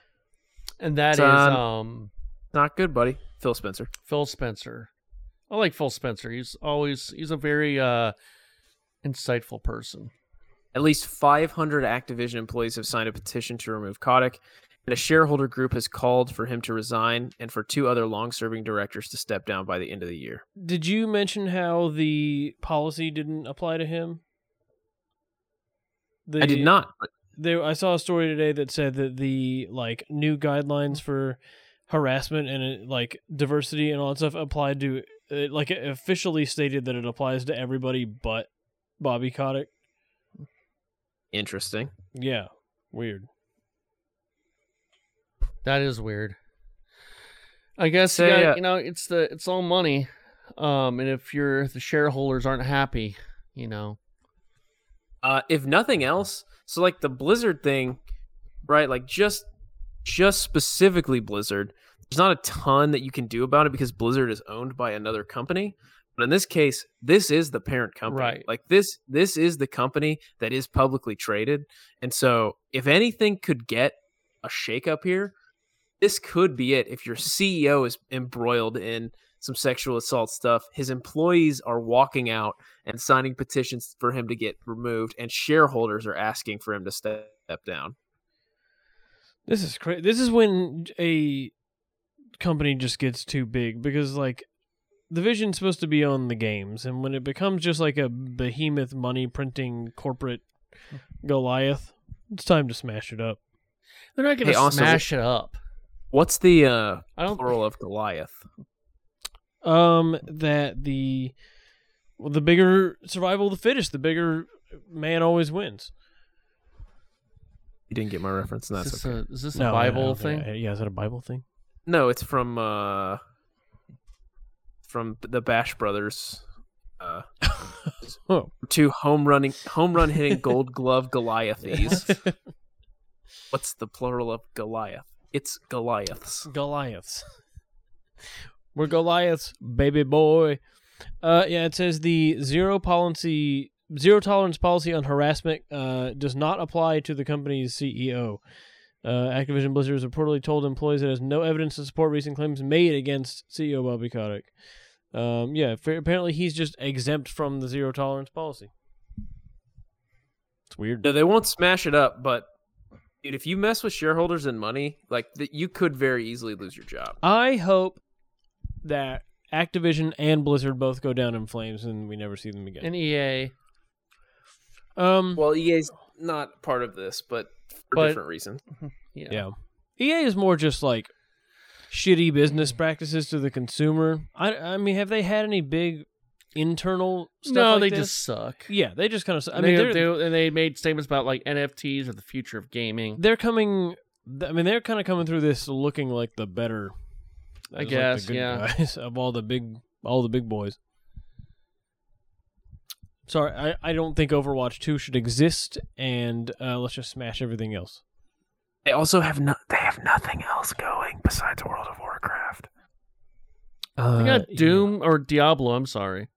And that is Son. um not good, buddy. Phil Spencer. Phil Spencer. I like Phil Spencer. He's always he's a very uh insightful person. At least 500 Activision employees have signed a petition to remove Kotick, and a shareholder group has called for him to resign and for two other long serving directors to step down by the end of the year. Did you mention how the policy didn't apply to him? The, I did not. but There, I saw a story today that said that the like new guidelines for harassment and uh, like diversity and all that stuff applied to it, like it officially stated that it applies to everybody but Bobby Kotick. Interesting. Yeah, weird. That is weird. I guess Say, you, gotta- uh, you know it's the it's all money, um, and if your the shareholders aren't happy, you know, Uh, if nothing else, so like the Blizzard thing, right? Like just, just specifically Blizzard. There's not a ton that you can do about it because Blizzard is owned by another company. But in this case, this is the parent company. Right. Like this, this is the company that is publicly traded. And so, if anything could get a shakeup here, this could be it. If your CEO is embroiled in some sexual assault stuff, his employees are walking out and signing petitions for him to get removed, and shareholders are asking for him to step down. This is crazy. This is when a company just gets too big because like the vision's supposed to be on the games, and when it becomes just like a behemoth money printing corporate Goliath, it's time to smash it up. they're not gonna Hey, also- smash it up. What's the uh, I don't. plural of Goliath? Um, that the well, the bigger survival of the fittest, the bigger man always wins. You didn't get my reference, and Is that's this, okay. a, is this No, a I Bible don't think thing? I- yeah, is that a Bible thing? No, it's from uh from the Bash Brothers. Uh, Oh. two home running, home run hitting Gold Glove Goliaths. What's the plural of Goliath? It's Goliaths. Goliaths. We're Goliaths, baby boy. Uh, yeah, it says the zero policy, zero tolerance policy on harassment uh, does not apply to the company's CEO. Uh, Activision Blizzard has reportedly told employees it has no evidence to support recent claims made against CEO Bobby Kotick. Um, yeah, fa- apparently he's just exempt from the zero tolerance policy. It's weird. No, they won't smash it up, but dude, if you mess with shareholders and money, like that, you could very easily lose your job. I hope that Activision and Blizzard both go down in flames and we never see them again. An EA. Um, Well, EA's not part of this, but for But- different reason. Yeah. yeah. EA is more just like shitty business practices to the consumer. I, I mean, have they had any big internal stuff? No, like they this? just suck. yeah, they just kind of. I mean, they, they're they- and they made statements about like NFTs or the future of gaming. they're coming. th- I mean, they're kind of coming through this looking like the better. as, I like, the guess, good yeah. guys of all the big, all the big boys. Sorry, I, I don't think Overwatch Two should exist, and uh, let's just smash everything else. They also have no, they have nothing else going besides World of Warcraft. They Uh, got Doom or Diablo. I'm sorry.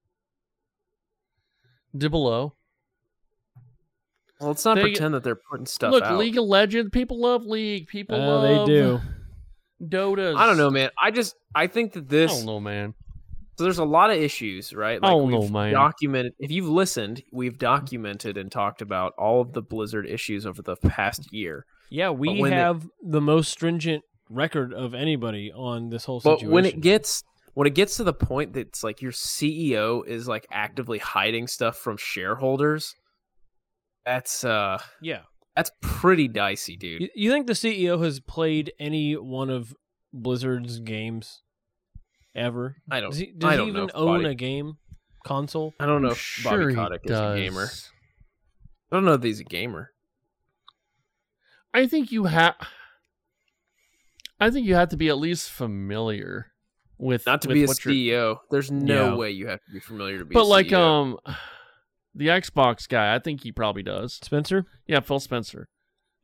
Dibolo. Well, let's not They- pretend that they're putting stuff Look, out. League of Legends. People love League. People Oh, love they do. Dota. I don't know, man. I just I think that I this don't know, man. so there's a lot of issues, right? I don't know, we've man. Documented. If you've listened, we've documented and talked about all of the Blizzard issues over the past year. Yeah, we when they- have the most stringent record of anybody on this whole But situation. when it gets when it gets to the point that it's like your CEO is like actively hiding stuff from shareholders, that's uh yeah, that's pretty dicey, dude. you, you think the CEO has played any one of Blizzard's games ever? I don't. Does he, does I he don't even know. if own Bobby- a game console? I don't know I'm if Bobby Kotick is a gamer. does. I don't know if he's a gamer. I think you have. I think you have to be at least familiar with Not to with be a what you're- CEO. There's no Yeah. way you have to be familiar to be. a E But like, CEO. um, the Xbox guy. I think he probably does. Spencer, Yeah, Phil Spencer.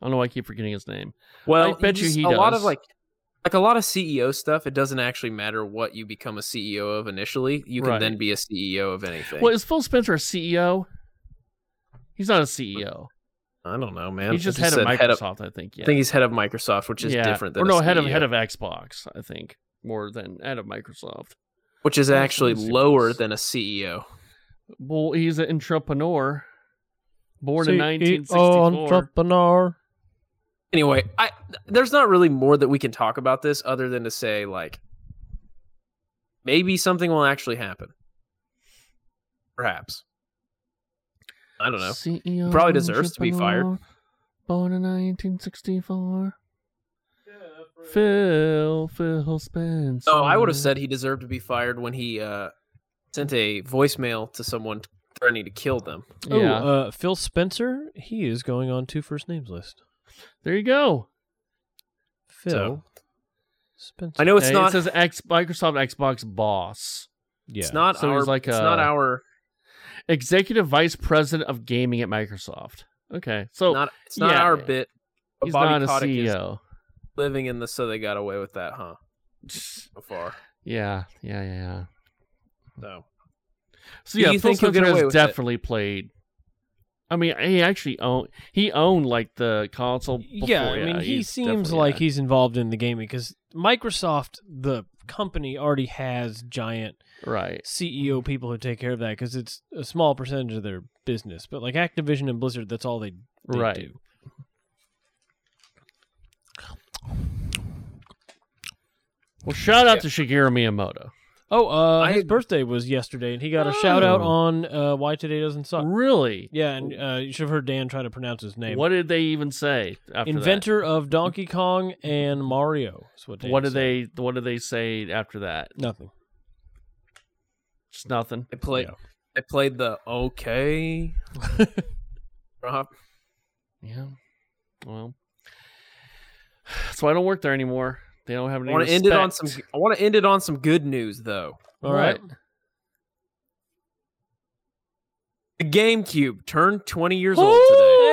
I don't know why I keep forgetting his name. well, I bet he you just- he a lot of does. like, like a lot of CEO stuff. It doesn't actually matter what you become a CEO of initially. You can Right. then be a CEO of anything. Well, is Phil Spencer a CEO? He's not a CEO. I don't know, man. he's I just, head of said head Microsoft, I think. Yeah, I think he's head of Microsoft, which is yeah. different than or no a E head of CEO, head of Xbox. I think more than head of Microsoft. which is Let me actually see lower this. than a E CEO. Well, he's an entrepreneur, born CEO, in 1964. entrepreneur. anyway, I there's not really more that we can talk about this other than to say like maybe something will actually happen. Perhaps. I don't know. CEO He probably deserves to be fired. E entrepreneur, Born in 1964. Phil, Phil Spencer. No, I would have said he deserved to be fired when he uh, sent a voicemail to soone threatening to kill them. Oh, Yeah, uh, Phil Spencer, he is going on two first names list. there you go. Phil So- Spencer. I know it's Hey, not It says X, Microsoft Xbox boss, Yeah. it's not So our he's like it's a- not our executive vice president of gaming at Microsoft. Okay, so not it's not Oh, yeah. our bit. But he's Bobby not a E Kotick is CEO. living in the so they got away with that, huh? So far. Yeah, yeah, yeah, yeah. So So Do yeah, you Phil think he'll get Spencer away has with it? definitely played. I mean, he actually owned he owned like the console. Before. yeah, I mean, he he's seems definitely, like yeah. he's involved in the gaming because Microsoft, the company, already has giant right. CEO people who take care of that because it's a small percentage of their business. But like Activision and Blizzard, that's all they, they Right. do. Well, shout out Yeah. to Shigeru Miyamoto. Oh, uh, I- his birthday was yesterday, and he got a Oh. shout out on uh, why today doesn't suck. Really? Yeah, and uh, you should have heard Dan try to pronounce his name. What did they even say? After Inventor of Donkey Kong and Mario. Is what That? Dan What did said. they What did they say after that? Nothing. Just nothing. they played Yeah. I played the okay Uh-huh. drop. Yeah. Well, so I don't work there anymore. They don't have I any. want to end it on some. respect. I want to end it on some good news though. All right. The GameCube turned 20 years old today.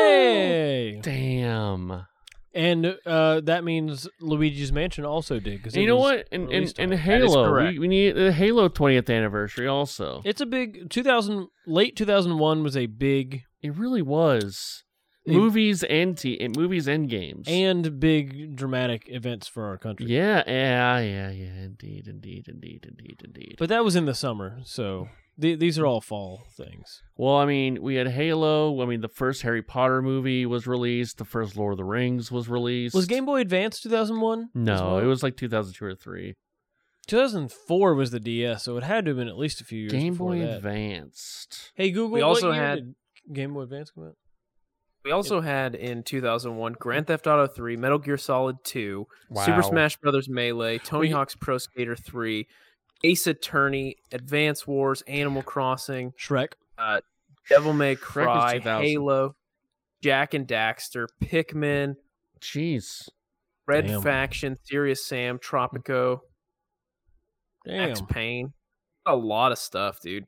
Hey. Damn. And uh, that means Luigi's Mansion also did. Because And you know what? In in, released on in it. That is Halo, we, correct. we need the Halo 20th anniversary also. It's a big 2000 late 2001 was a big It really was It- movies and t- and movies and games. and big dramatic events for our country. yeah, yeah, yeah, yeah. Indeed, indeed, indeed, indeed, indeed. But that was in the summer, so th- these are all fall things. Well, I mean, we had Halo. I mean, the first Harry Potter movie was released. The first Lord of the Rings was released. Was Game Boy Advance 2001? No, it was like 2002 or three. 2004 was the DS, so it had to have been at least a few years Game before Boy that. Advanced. Hey Google, We what also year had- did Game Boy Advance come out? We also had in 2001 Grand Theft Auto 3, Metal Gear Solid 2, Super Smash Brothers Melee, Tony We- Hawk's Pro Skater 3, Ace Attorney, Advance Wars, Animal Crossing, Shrek. Devil May Shrek was Cry, 2000. Halo, Jack and Daxter, Pikmin, Jeez. Red Damn. Faction, Serious Mm, Sam, Tropico, Damn. Max Payne. A lot of stuff, dude.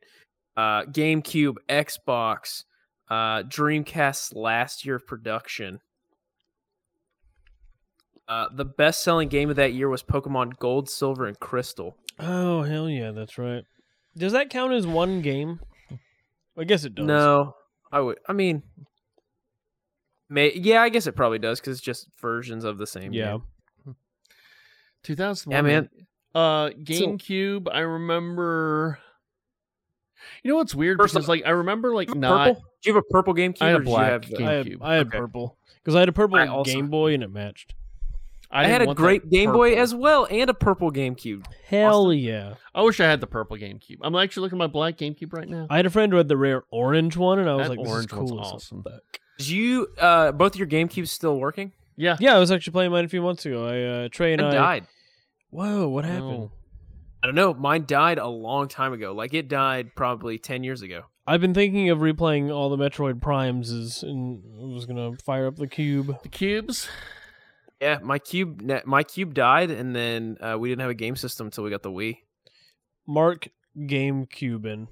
Uh, GameCube, Xbox, uh, Dreamcast's last year of production. Uh, the best selling game of that year was Pokemon Gold, Silver, and Crystal. Oh hell yeah, that's right. Does that count as one game? I guess it does. No, I would. I mean, may yeah, I guess it probably does because it's just versions of the same. Yeah. game. 2001. Yeah, man. Uh, GameCube. I remember. You know what's weird? First because of- like I remember like Do you have a not. purple? Do you have a purple GameCube? I had a or did you black have- uh, Game- I had, GameCube. I had Okay. purple because I had a purple I also- Game Boy and it matched. I, didn't had a want that great Game Boy purple. as well and a purple GameCube. Hell Austin? yeah! I wish I had the purple GameCube. I'm actually looking at my black GameCube right now. I had a friend who had the rare orange one, and I was That like, "This orange is one's cool." as awesome. fuck. Did you uh, both your GameCubes still working? yeah. Yeah, I was actually playing mine a few months ago. I uh, Trey and Mine I. died. Whoa, what happened? No. I don't know. Mine died a long time ago. Like it died probably ten years ago. I've been thinking of replaying all the Metroid Primes, is- and I was gonna fire up the cube. The cubes. Yeah, my cube ne- my cube died, and then uh, we didn't have a game system until we got the Wii. Mark GameCube in.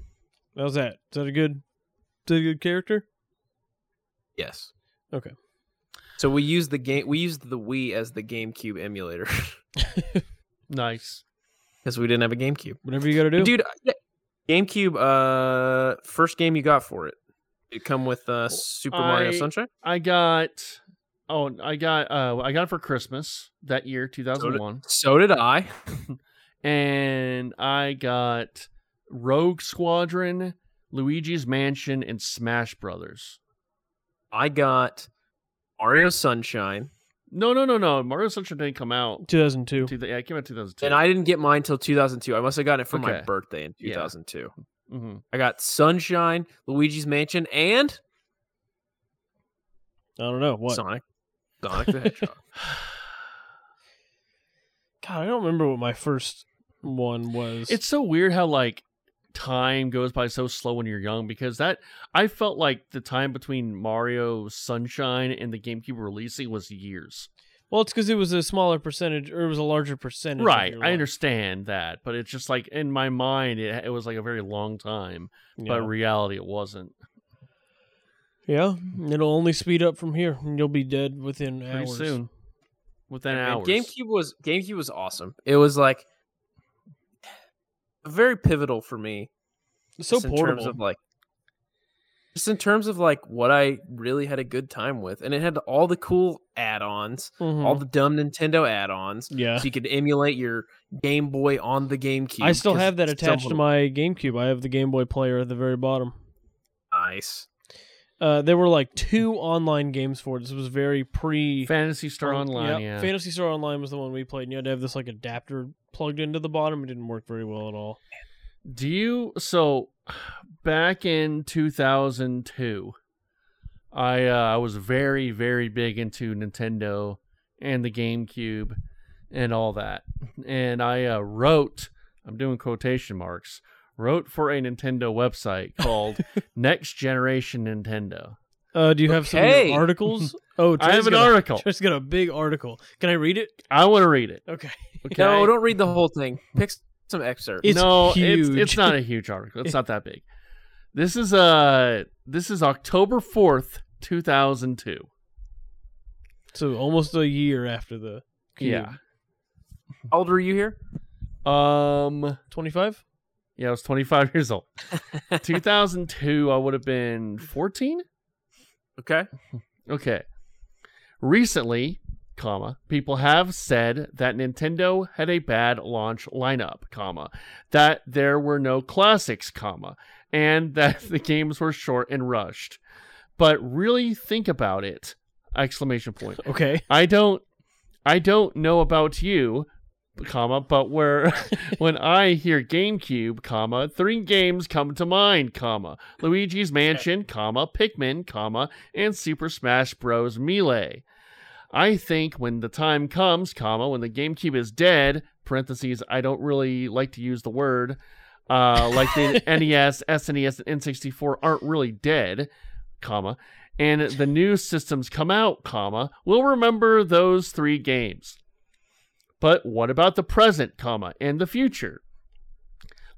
How's that? Is that a good? Is that a good character? Yes. Okay. So we used the game. We used the Wii as the GameCube emulator Nice. because we didn't have a GameCube. Whatever you gotta do. Dude, I- GameCube. Uh, first game you got for it. It come with uh, Super Mario I- Sunshine. I got. Oh, I got. Uh, I got it for Christmas that year, 2001, So did I. and I got Rogue Squadron, Luigi's Mansion, and Smash Brothers. I got Mario Sunshine, No, no, no, no. Mario Sunshine didn't come out. 2002. Two, yeah, it came out 2002. and I didn't get mine until 2002. I must have gotten it for my Okay. birthday in Yeah. 2002. hmm I got Sunshine, Luigi's Mansion, and I don't know what. Sonic. Sonic the Hedgehog. God, I don't remember what my first one was. It's so weird how like time goes by so slow when you're young because that I felt like the time between Mario Sunshine and the GameCube releasing was years. well, it's because it was a smaller percentage, or it was a larger percentage. of Right, your I life. understand that, but it's just like in my mind it, it was like a very long time, Yeah. but in reality it wasn't. yeah, it'll only speed up from here, and you'll be dead within Pretty hours. soon, within And hours. GameCube was GameCube was awesome. It was like very pivotal for me. It's so just in terms portable. of like just in terms of like what I really had a good time with, and it had all the cool add-ons, Mhm. all the dumb Nintendo add-ons. yeah, So you could emulate your Game Boy on the GameCube. I still 'cause have that it's attached to dumb. my GameCube. I have the Game Boy Player at the very bottom. Nice. Uh, there were like two online games for it. This was very pre Fantasy Star Um, Online, yeah. Fantasy Star Online was the one we played, and you had to have this like adapter plugged into the bottom. It didn't work very well at all. Do you so back in 2002 I uh, I was very very big into Nintendo and the GameCube and all that. And I uh, wrote I'm doing quotation marks wrote for a Nintendo website called Next Generation Nintendo. Uh, do you have Okay. some articles? Oh, I have Trey's an got a- article. Trey's got a big article. Can I read it? I want to read it. Okay. Okay. No, don't read the whole thing. Pick some excerpts. It's no, It's, huge. it's not a huge article. It's not that big. This is uh this is October fourth, two thousand two. So almost a year after the Yeah. How old were you here? Um. twenty-five. Yeah, I was twenty five years old. two thousand two. I would have been fourteen. Okay. Okay. Recently, comma, people have said that Nintendo had a bad launch lineup, comma, that there were no classics, comma, and that the games were short and rushed. But really think about it. Exclamation point. Okay. I don't I don't know about you, comma, but where when I hear GameCube, comma, three games come to mind, comma. Luigi's Mansion, comma, Pikmin, comma, and Super Smash Bros. Melee. I think when the time comes, comma, when the GameCube is dead, parentheses, I don't really like to use the word, uh, like the NES, SNES, E and N64 aren't really dead, comma, and the new systems come out, comma, we'll remember those three games. But what about the present, comma, and the future?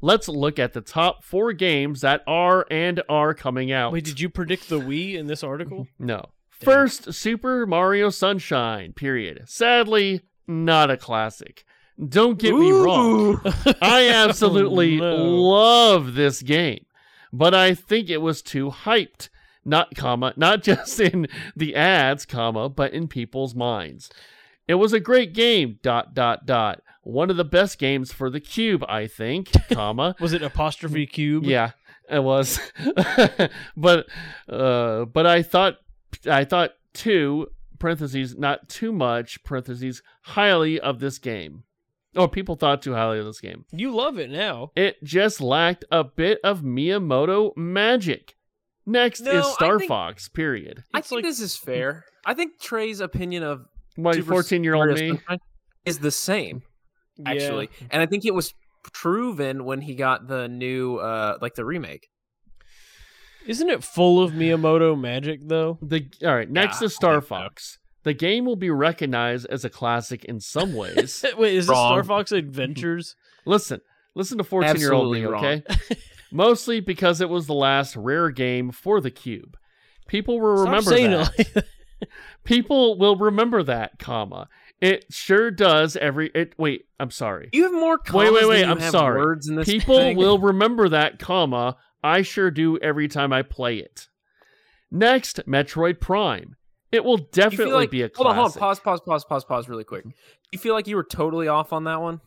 Let's look at the top four games that are and are coming out. Wait, did you predict the Wii in this article? No. First, Super Mario Sunshine, period. Sadly, not a classic. Don't get me wrong. I absolutely Oh, no. love this game, but I think it was too hyped. Not comma, not just in the ads, comma, but in people's minds. It was a great game, dot dot dot. One of the best games for the cube, I think, comma. Was it apostrophe cube? Yeah, it was. but uh, but I thought I thought too parentheses not too much parentheses highly of this game. Or people thought too highly of this game. You love it now. It just lacked a bit of Miyamoto magic. Next No, is I Star think- Fox. Period. I It's think like- this is fair. I think Trey's opinion of My Super fourteen-year-old Mario me. Sunshine is the same actually, and I think it was proven when he got the new uh like the remake. Isn't it full of Miyamoto magic though? The all right. Next Yeah, is Star think so. Fox. The game will be recognized as a classic in some ways. Wait, is this Star Wrong. Fox Adventures? Listen, listen to 14 year old me, Absolutely wrong. okay? Mostly because it was the last rare game for the cube. People will Stop remember saying it that. like that. People will remember that, comma. It sure does every it wait, I'm sorry. You have more commas wait, than wait, you I'm have sorry. words in this People thing. will remember that, comma. I sure do every time I play it. Next, Metroid Prime. It will You definitely feel like, be a classic. hold on, hold on, pause, pause, pause, pause, pause, really quick. You feel like you were totally off on that one?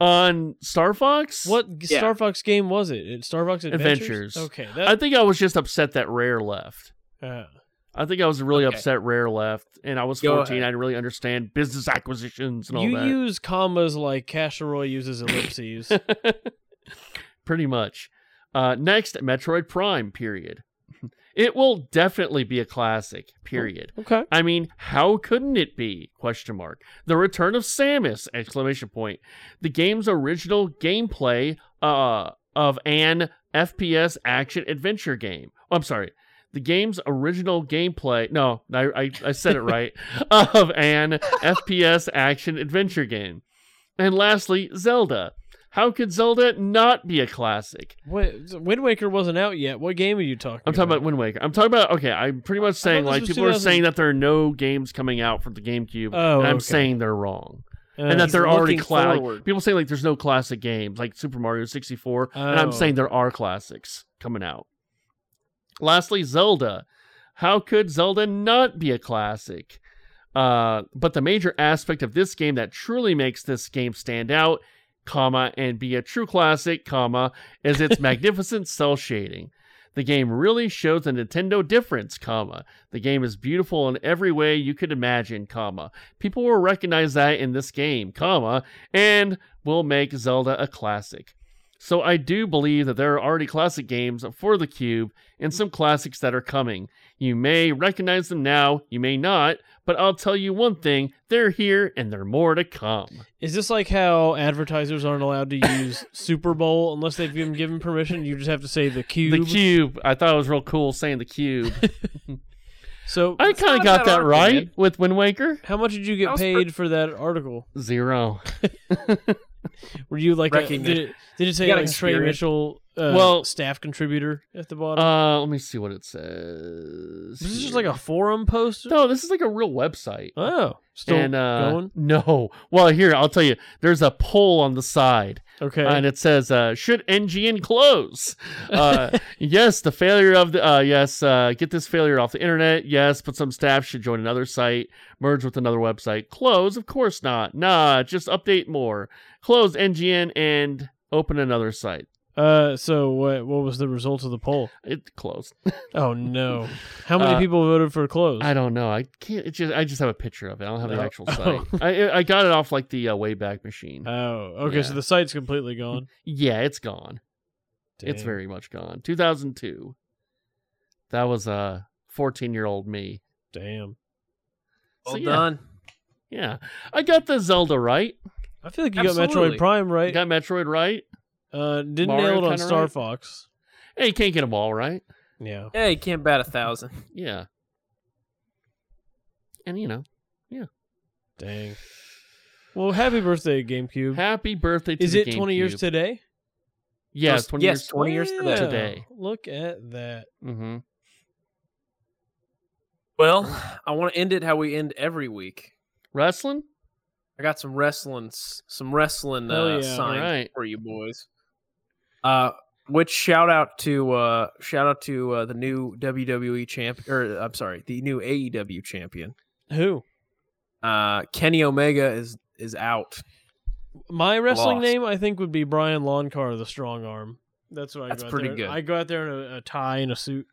On Star Fox? What g- Yeah. Star Fox game was it? It- Star Fox Adventures. Adventures. Okay, I that. think I was just upset that Rare left. uh, I think I was really Okay. upset Rare left, and I was Go 14. I ahead. didn't really understand business acquisitions and all you that. use commas like Casheroy uses ellipses. Pretty much. Uh, next, Metroid Prime, period. It will definitely be a classic, period. okay. I mean, how couldn't it be? Question mark. The return of Samus! Exclamation point. The game's original gameplay uh, of an FPS action adventure game. Oh, I'm sorry. The game's original gameplay. No, I, I, I said it right. of an FPS action adventure game. And lastly, Zelda. How could Zelda not be a classic? Wait, Wind Waker wasn't out yet. What game are you talking? I'm talking about Wind Waker. I'm talking about okay. I'm pretty much saying this like was people are 2000 saying that there are no games coming out for the GameCube, Oh, and I'm okay. saying they're wrong, Uh, and that he's they're already looking cla- like, forward. people say like there's no classic games like Super Mario 64, and Oh. I'm saying there are classics coming out. Lastly, Zelda. How could Zelda not be a classic? Uh, but the major aspect of this game that truly makes this game stand out, comma, and be a true classic, comma, is its magnificent cell shading. The game really shows the Nintendo difference, comma. The game is beautiful in every way you could imagine, comma. People will recognize that in this game, comma, and will make Zelda a classic. So I do believe that there are already classic games for the Cube and some classics that are coming. You may recognize them now, you may not, but I'll tell you one thing, they're here and there are more to come. Is this like how advertisers aren't allowed to use Super Bowl unless they've been given permission? You just have to say the cube. The Cube, I thought it was real cool saying the Cube. So I kind of not got that that hard, right man. with Wind Waker. how much did you That get was paid for that article? Zero. Were you like a, Wrecking did, it. it, did it say You got like Trey experience. Mitchell uh, Well- staff contributor at the bottom? Uh, let me see what it says. this is just here. like a forum post. no. This is like a real website. Oh, still and uh, going. no, well here I'll tell you. There's a poll on the side, Okay, and it says, uh, "Should NGN close?" Uh, yes, the failure of the uh, yes, uh, get this failure off the internet. Yes, but some staff should join another site, merge with another website. Close? Of course not. Nah, just update more. Close NGN and open another site. Uh, so what? What was the result of the poll? It closed. Oh no! How many Uh, people voted for close? I don't know. I can't. It just I just have a picture of it. I don't have the Oh. actual site. I I got it off like the uh, Wayback Machine. oh, okay. So Yeah. the site's completely gone. yeah, it's gone. It's Dang. very much gone. 2002. That was a uh, 14 year old me. damn. So, Well yeah. done. Yeah, I got the Zelda right. I feel like you got Absolutely. Metroid Prime right. Got Metroid right. uh, didn't Mario nail it on kinda Star right. Fox. Hey, you can't get them all right. Yeah. Yeah, you can't bat a thousand. Yeah. And you know, Dang. Well, happy birthday, GameCube. happy birthday to Is the it 20 years GameCube. today? Yeah, Yes, it's 20 yes, years. 20 years today. Today. Look at that. Mm-hmm. Well, I want to end it how we end every week. Wrestling. I got some wrestling, s- some wrestling Hell uh, yeah, signs alright. for you boys. Uh, which shout out to uh, shout out to uh, the new WWE champ, or I'm sorry, the new AEW champion. Who? Uh, Kenny Omega is is out. My wrestling Lost. name, I think, would be Brian Loncar, the strong arm. That's what I That's go out pretty there. good. I go out there in a, a tie and a suit.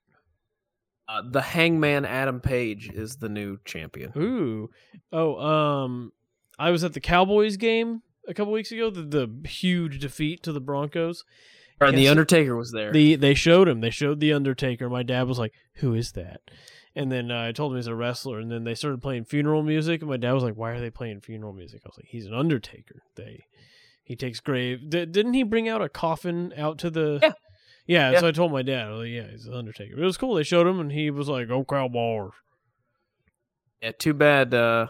Uh, the Hangman Adam Page is the new champion. Ooh. Oh, um, I was at the Cowboys game a couple weeks ago, the, the huge defeat to the Broncos. Or the Yes. Undertaker was there. The they showed him. They showed the Undertaker. My dad was like, "Who is that?" And then uh, I told him he's a wrestler. And then they started playing funeral music. And my dad was like, "Why are they playing funeral music?" I was like, "He's an Undertaker. They he takes grave. D- didn't he bring out a coffin out to the?" Yeah. Yeah, Yeah. so I told my dad, I was like, yeah, he's an Undertaker. But It was cool. They showed him, and he was like, "Oh, cowboy!" yeah, too bad. Uh,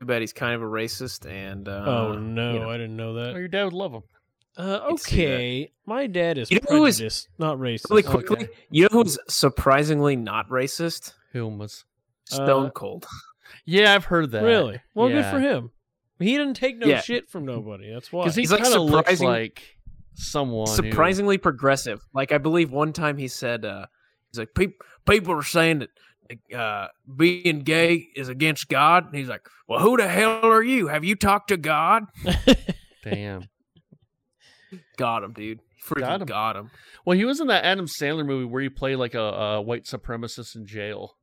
too bad he's kind of a racist. And uh, oh no, you know. I didn't know Oh, that. your dad would love them. Uh, can see that. okay, my dad is You know who is- prejudiced, not racist. really quickly, Okay. you know who's surprisingly not racist? Humans. Stone Uh, Cold. Yeah, I've heard that. Really? Well, Yeah. good for him. He didn't take no Yeah. shit from nobody. That's why. Because he He's, kind like, of looks surprising- like someone. who- surprisingly progressive. Like I believe one time he said, uh, "He's like people people are saying that." like, Uh, being gay is against God. And he's like, Well, who the hell are you? Have you talked to God? Damn. Got him, dude. Freaking Got got him. him. Well, he was in that Adam Sandler movie where he played like a, a white supremacist in jail.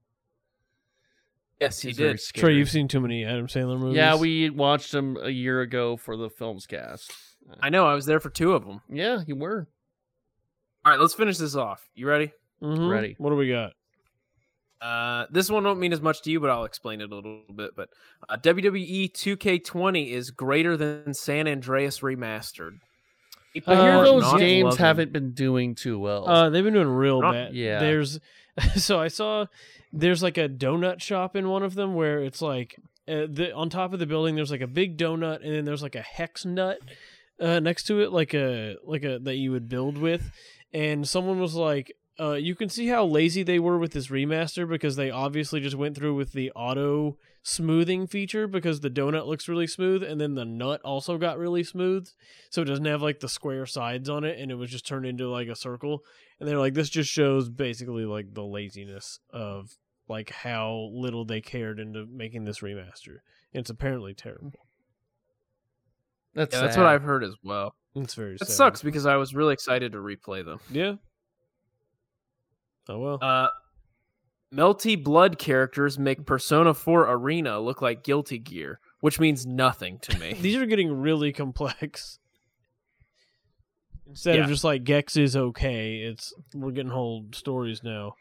Yes, he He's very did. Trey, scary. you've seen too many Adam Sandler movies. Yeah, we watched him a year ago for the films cast. I know. I was there for two of them. Yeah, you were. All right, let's finish this off. You ready? Mhm. Ready. What do we got? Uh, this one won't mean as much to you, but I'll explain it a little bit. But uh, WWE 2K20 is greater than San Andreas Remastered. People I hear are those Uh, not games loving- haven't been doing too well. Uh, they've been doing real Not- bad. yeah. There's, so I saw, there's like a donut shop in one of them where it's like, uh, the, on top of the building there's like a big donut and then there's like a hex nut, uh, next to it like a like a that you would build with, and someone was like. Uh, you can see how lazy they were with this remaster because they obviously just went through with the auto smoothing feature because the donut looks really smooth and then the nut also got really smooth so it doesn't have like the square sides on it and it was just turned into like a circle and they're like this just shows basically like the laziness of like how little they cared into making this remaster and it's apparently terrible that's Yeah, that's sad. what I've heard as well. it's very That sad. sucks because I was really excited to replay them. yeah oh well Uh, melty blood characters make Persona 4 Arena look like Guilty Gear, which means nothing to me. these are getting really complex Instead Yeah. of just like Gex is okay, it's we're getting whole stories now.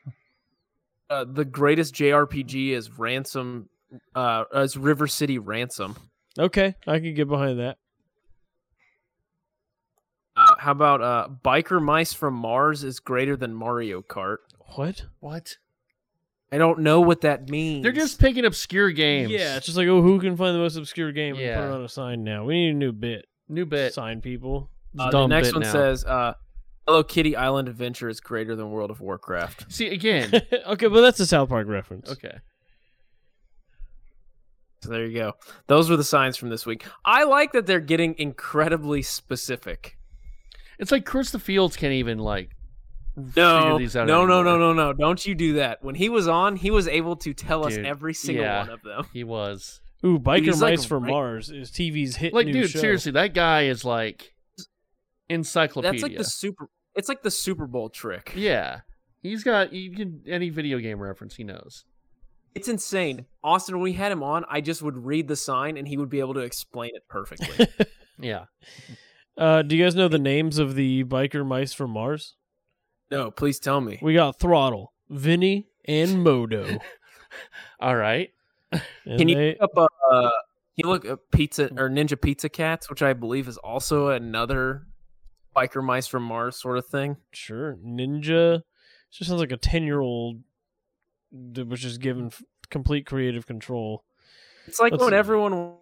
Uh, the greatest JRPG is Ransom, uh, is River City Ransom. Okay, I can get behind that. Uh, how about uh, Biker Mice from Mars is greater than Mario Kart? What? What? I don't know what that means. They're just picking obscure games. Yeah, it's just like oh, who can find the most obscure game and Yeah. put it on a sign now? We need a new bit. new bit. Sign people. Uh, the Dumb next bit one now. says uh, Hello Kitty Island Adventure is greater than World of Warcraft. See again. okay, but that's a South Park reference. okay. So there you go. Those were the signs from this week. I like that they're getting incredibly specific. It's like Chris the Fields can't even like No, these out no, no, anymore. no, no, no. Don't you do that. When he was on, he was able to tell us Dude, every single yeah. one of them. he was. Ooh, Biker He's, like, Mice from right- Mars is TV's hit Like, new dude, show. seriously, that guy is like encyclopedia. That's like the super. It's like the Super Bowl trick. Yeah. He's got you can any video game reference he knows. It's insane, Austin. When we had him on, I just would read the sign and he would be able to explain it perfectly. Yeah. Uh, do you guys know the names of the Biker Mice from Mars? no, please tell me. We got Throttle, Vinny, and Modo. All right. And Can you they- look up? uh, Uh, can you look up pizza Hmm. or Ninja Pizza Cats, which I believe is also another biker mice from Mars sort of thing. Sure, Ninja. It just sounds like a ten-year-old that was just given f- complete creative control. It's like Let's when see. everyone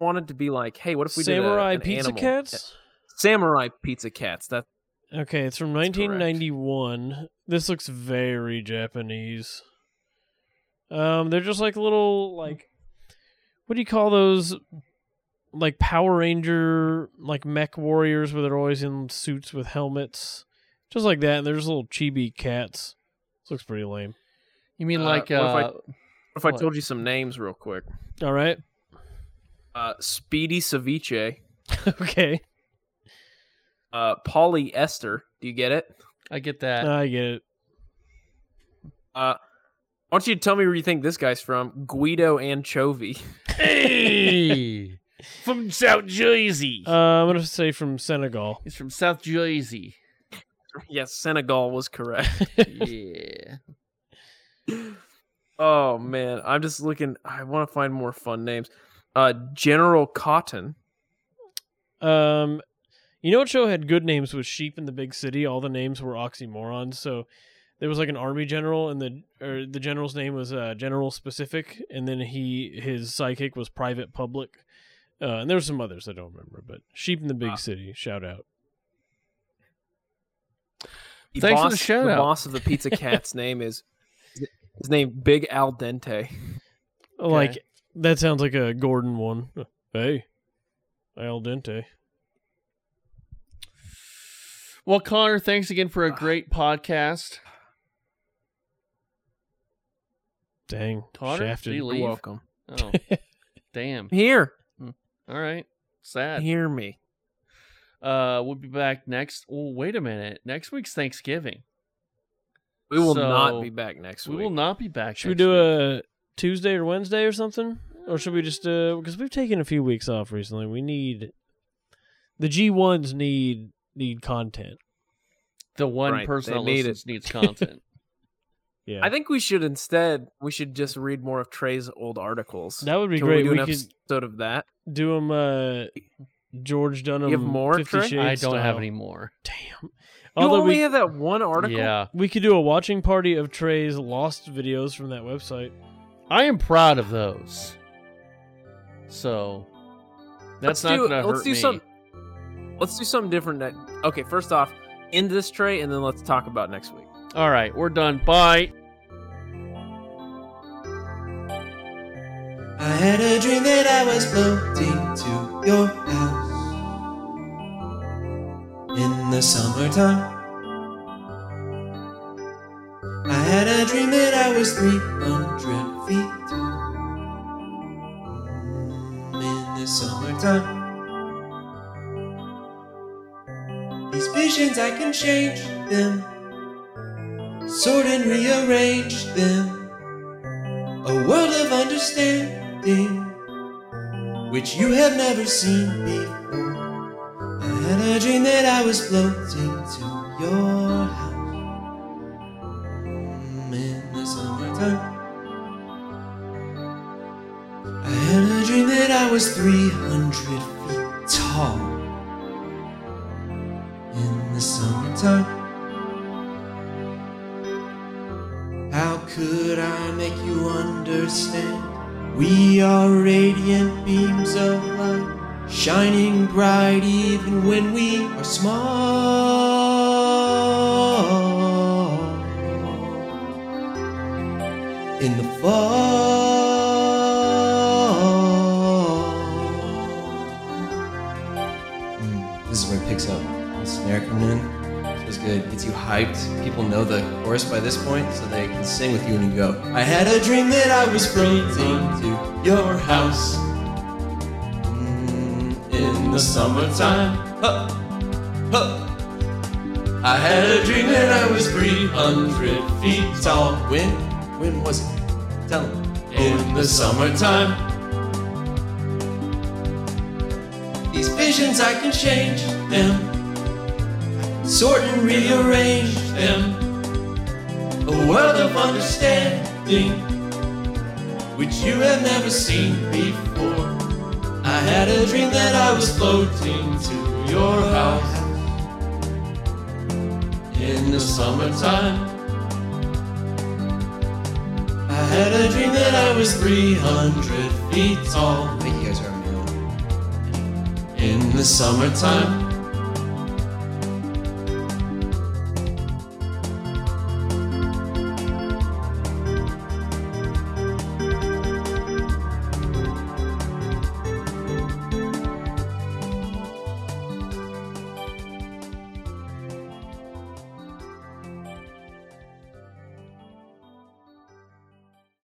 wanted to be like, "Hey, what if we Samurai did a, an Pizza animal? Cats. Samurai Pizza Cats. That Okay, it's from That's correct. 1991. This looks very Japanese. Um, they're just like little like, what do you call those? Like Power Ranger, like mech warriors, where they're always in suits with helmets, just like that. And they're just little chibi cats. This looks pretty lame. You mean Uh, like what if I- uh if I What? told you some names real quick. All right. Uh, Speedy Ceviche. okay. Uh, Polyester. Do you get it? I, get that. I get it. Uh, I want you to tell me where you think this guy's from. Guido Anchovy. hey from South Jersey. Uh, I'm gonna say from Senegal. He's from South Jersey. yes, Senegal was correct. yeah. Oh man, I'm just looking. I want to find more fun names. Uh, General Cotton. Um, you know what show had good names was Sheep in the Big City. All the names were oxymorons. So there was like an army general, and the or the general's name was uh, General Specific, and then he his sidekick was Private Public. Uh, and there were some others I don't remember, but Sheep in the Big City, shout out. The Thanks for the boss- shout-out. boss of the Pizza Cat's name is his name Big Al Dente. Like that sounds like a Gordon one. Hey, al dente. Well, Connor, thanks again Ah. for a great podcast. Dang, Connor, shafted. do you You're Leave. welcome. Oh, damn. Here, All right. Sad. hear me. Uh, we'll be back next. Oh, wait a minute. Next week's Thanksgiving. We will So, not be back next We week. will not be back. Should we do a Tuesday or Wednesday or something? Or should we just uh because we've taken a few weeks off recently. We need the G ones need need content. the one Right, person they that need listens needs content? Yeah. I think we should instead we should just read more of Trey's old articles. that would be Can great. We, We, do an could episode of that. do them uh George Dunham more, 50 Trey? Shades I don't have style. any more. Damn. You Although only we have that one article. Yeah, we could do a watching party of Trey's lost videos from that website. I am proud of those. So that's let's not do, gonna let's hurt do me. some. Let's do something different. Next. Okay, first off, end this Trey, and then let's talk about next week. All right, we're done. Bye. I had a dream that I was floating to your house in the summertime. I had a dream that I was 300 feet tall Mm, in the summertime. These visions, I can change them, sort and rearrange them a world of understanding which you have never seen before. I Had a dream that I was floating to your house Mm, in the summertime. I had a dream that I was 300 feet tall in the summertime. How could I make you understand? We are radiant beams of light, shining bright even when we are small in the fall. Mm, this is where it picks up. The snare coming in. This was good. Gets you hyped. People know the chorus by this point, so they can sing with you when you go. I had a dream that I was floating to your house Mm, in the summertime. Huh. Huh. I had a dream that I was 300 feet tall. When? When was it? Tell him. In the summertime. These visions, I can change them, sort and rearrange them. A world of understanding, which you have never seen before. I had a dream that I was floating to your house in the summertime. I had a dream that I was 300 feet tall. Wait, you guys are in the summertime.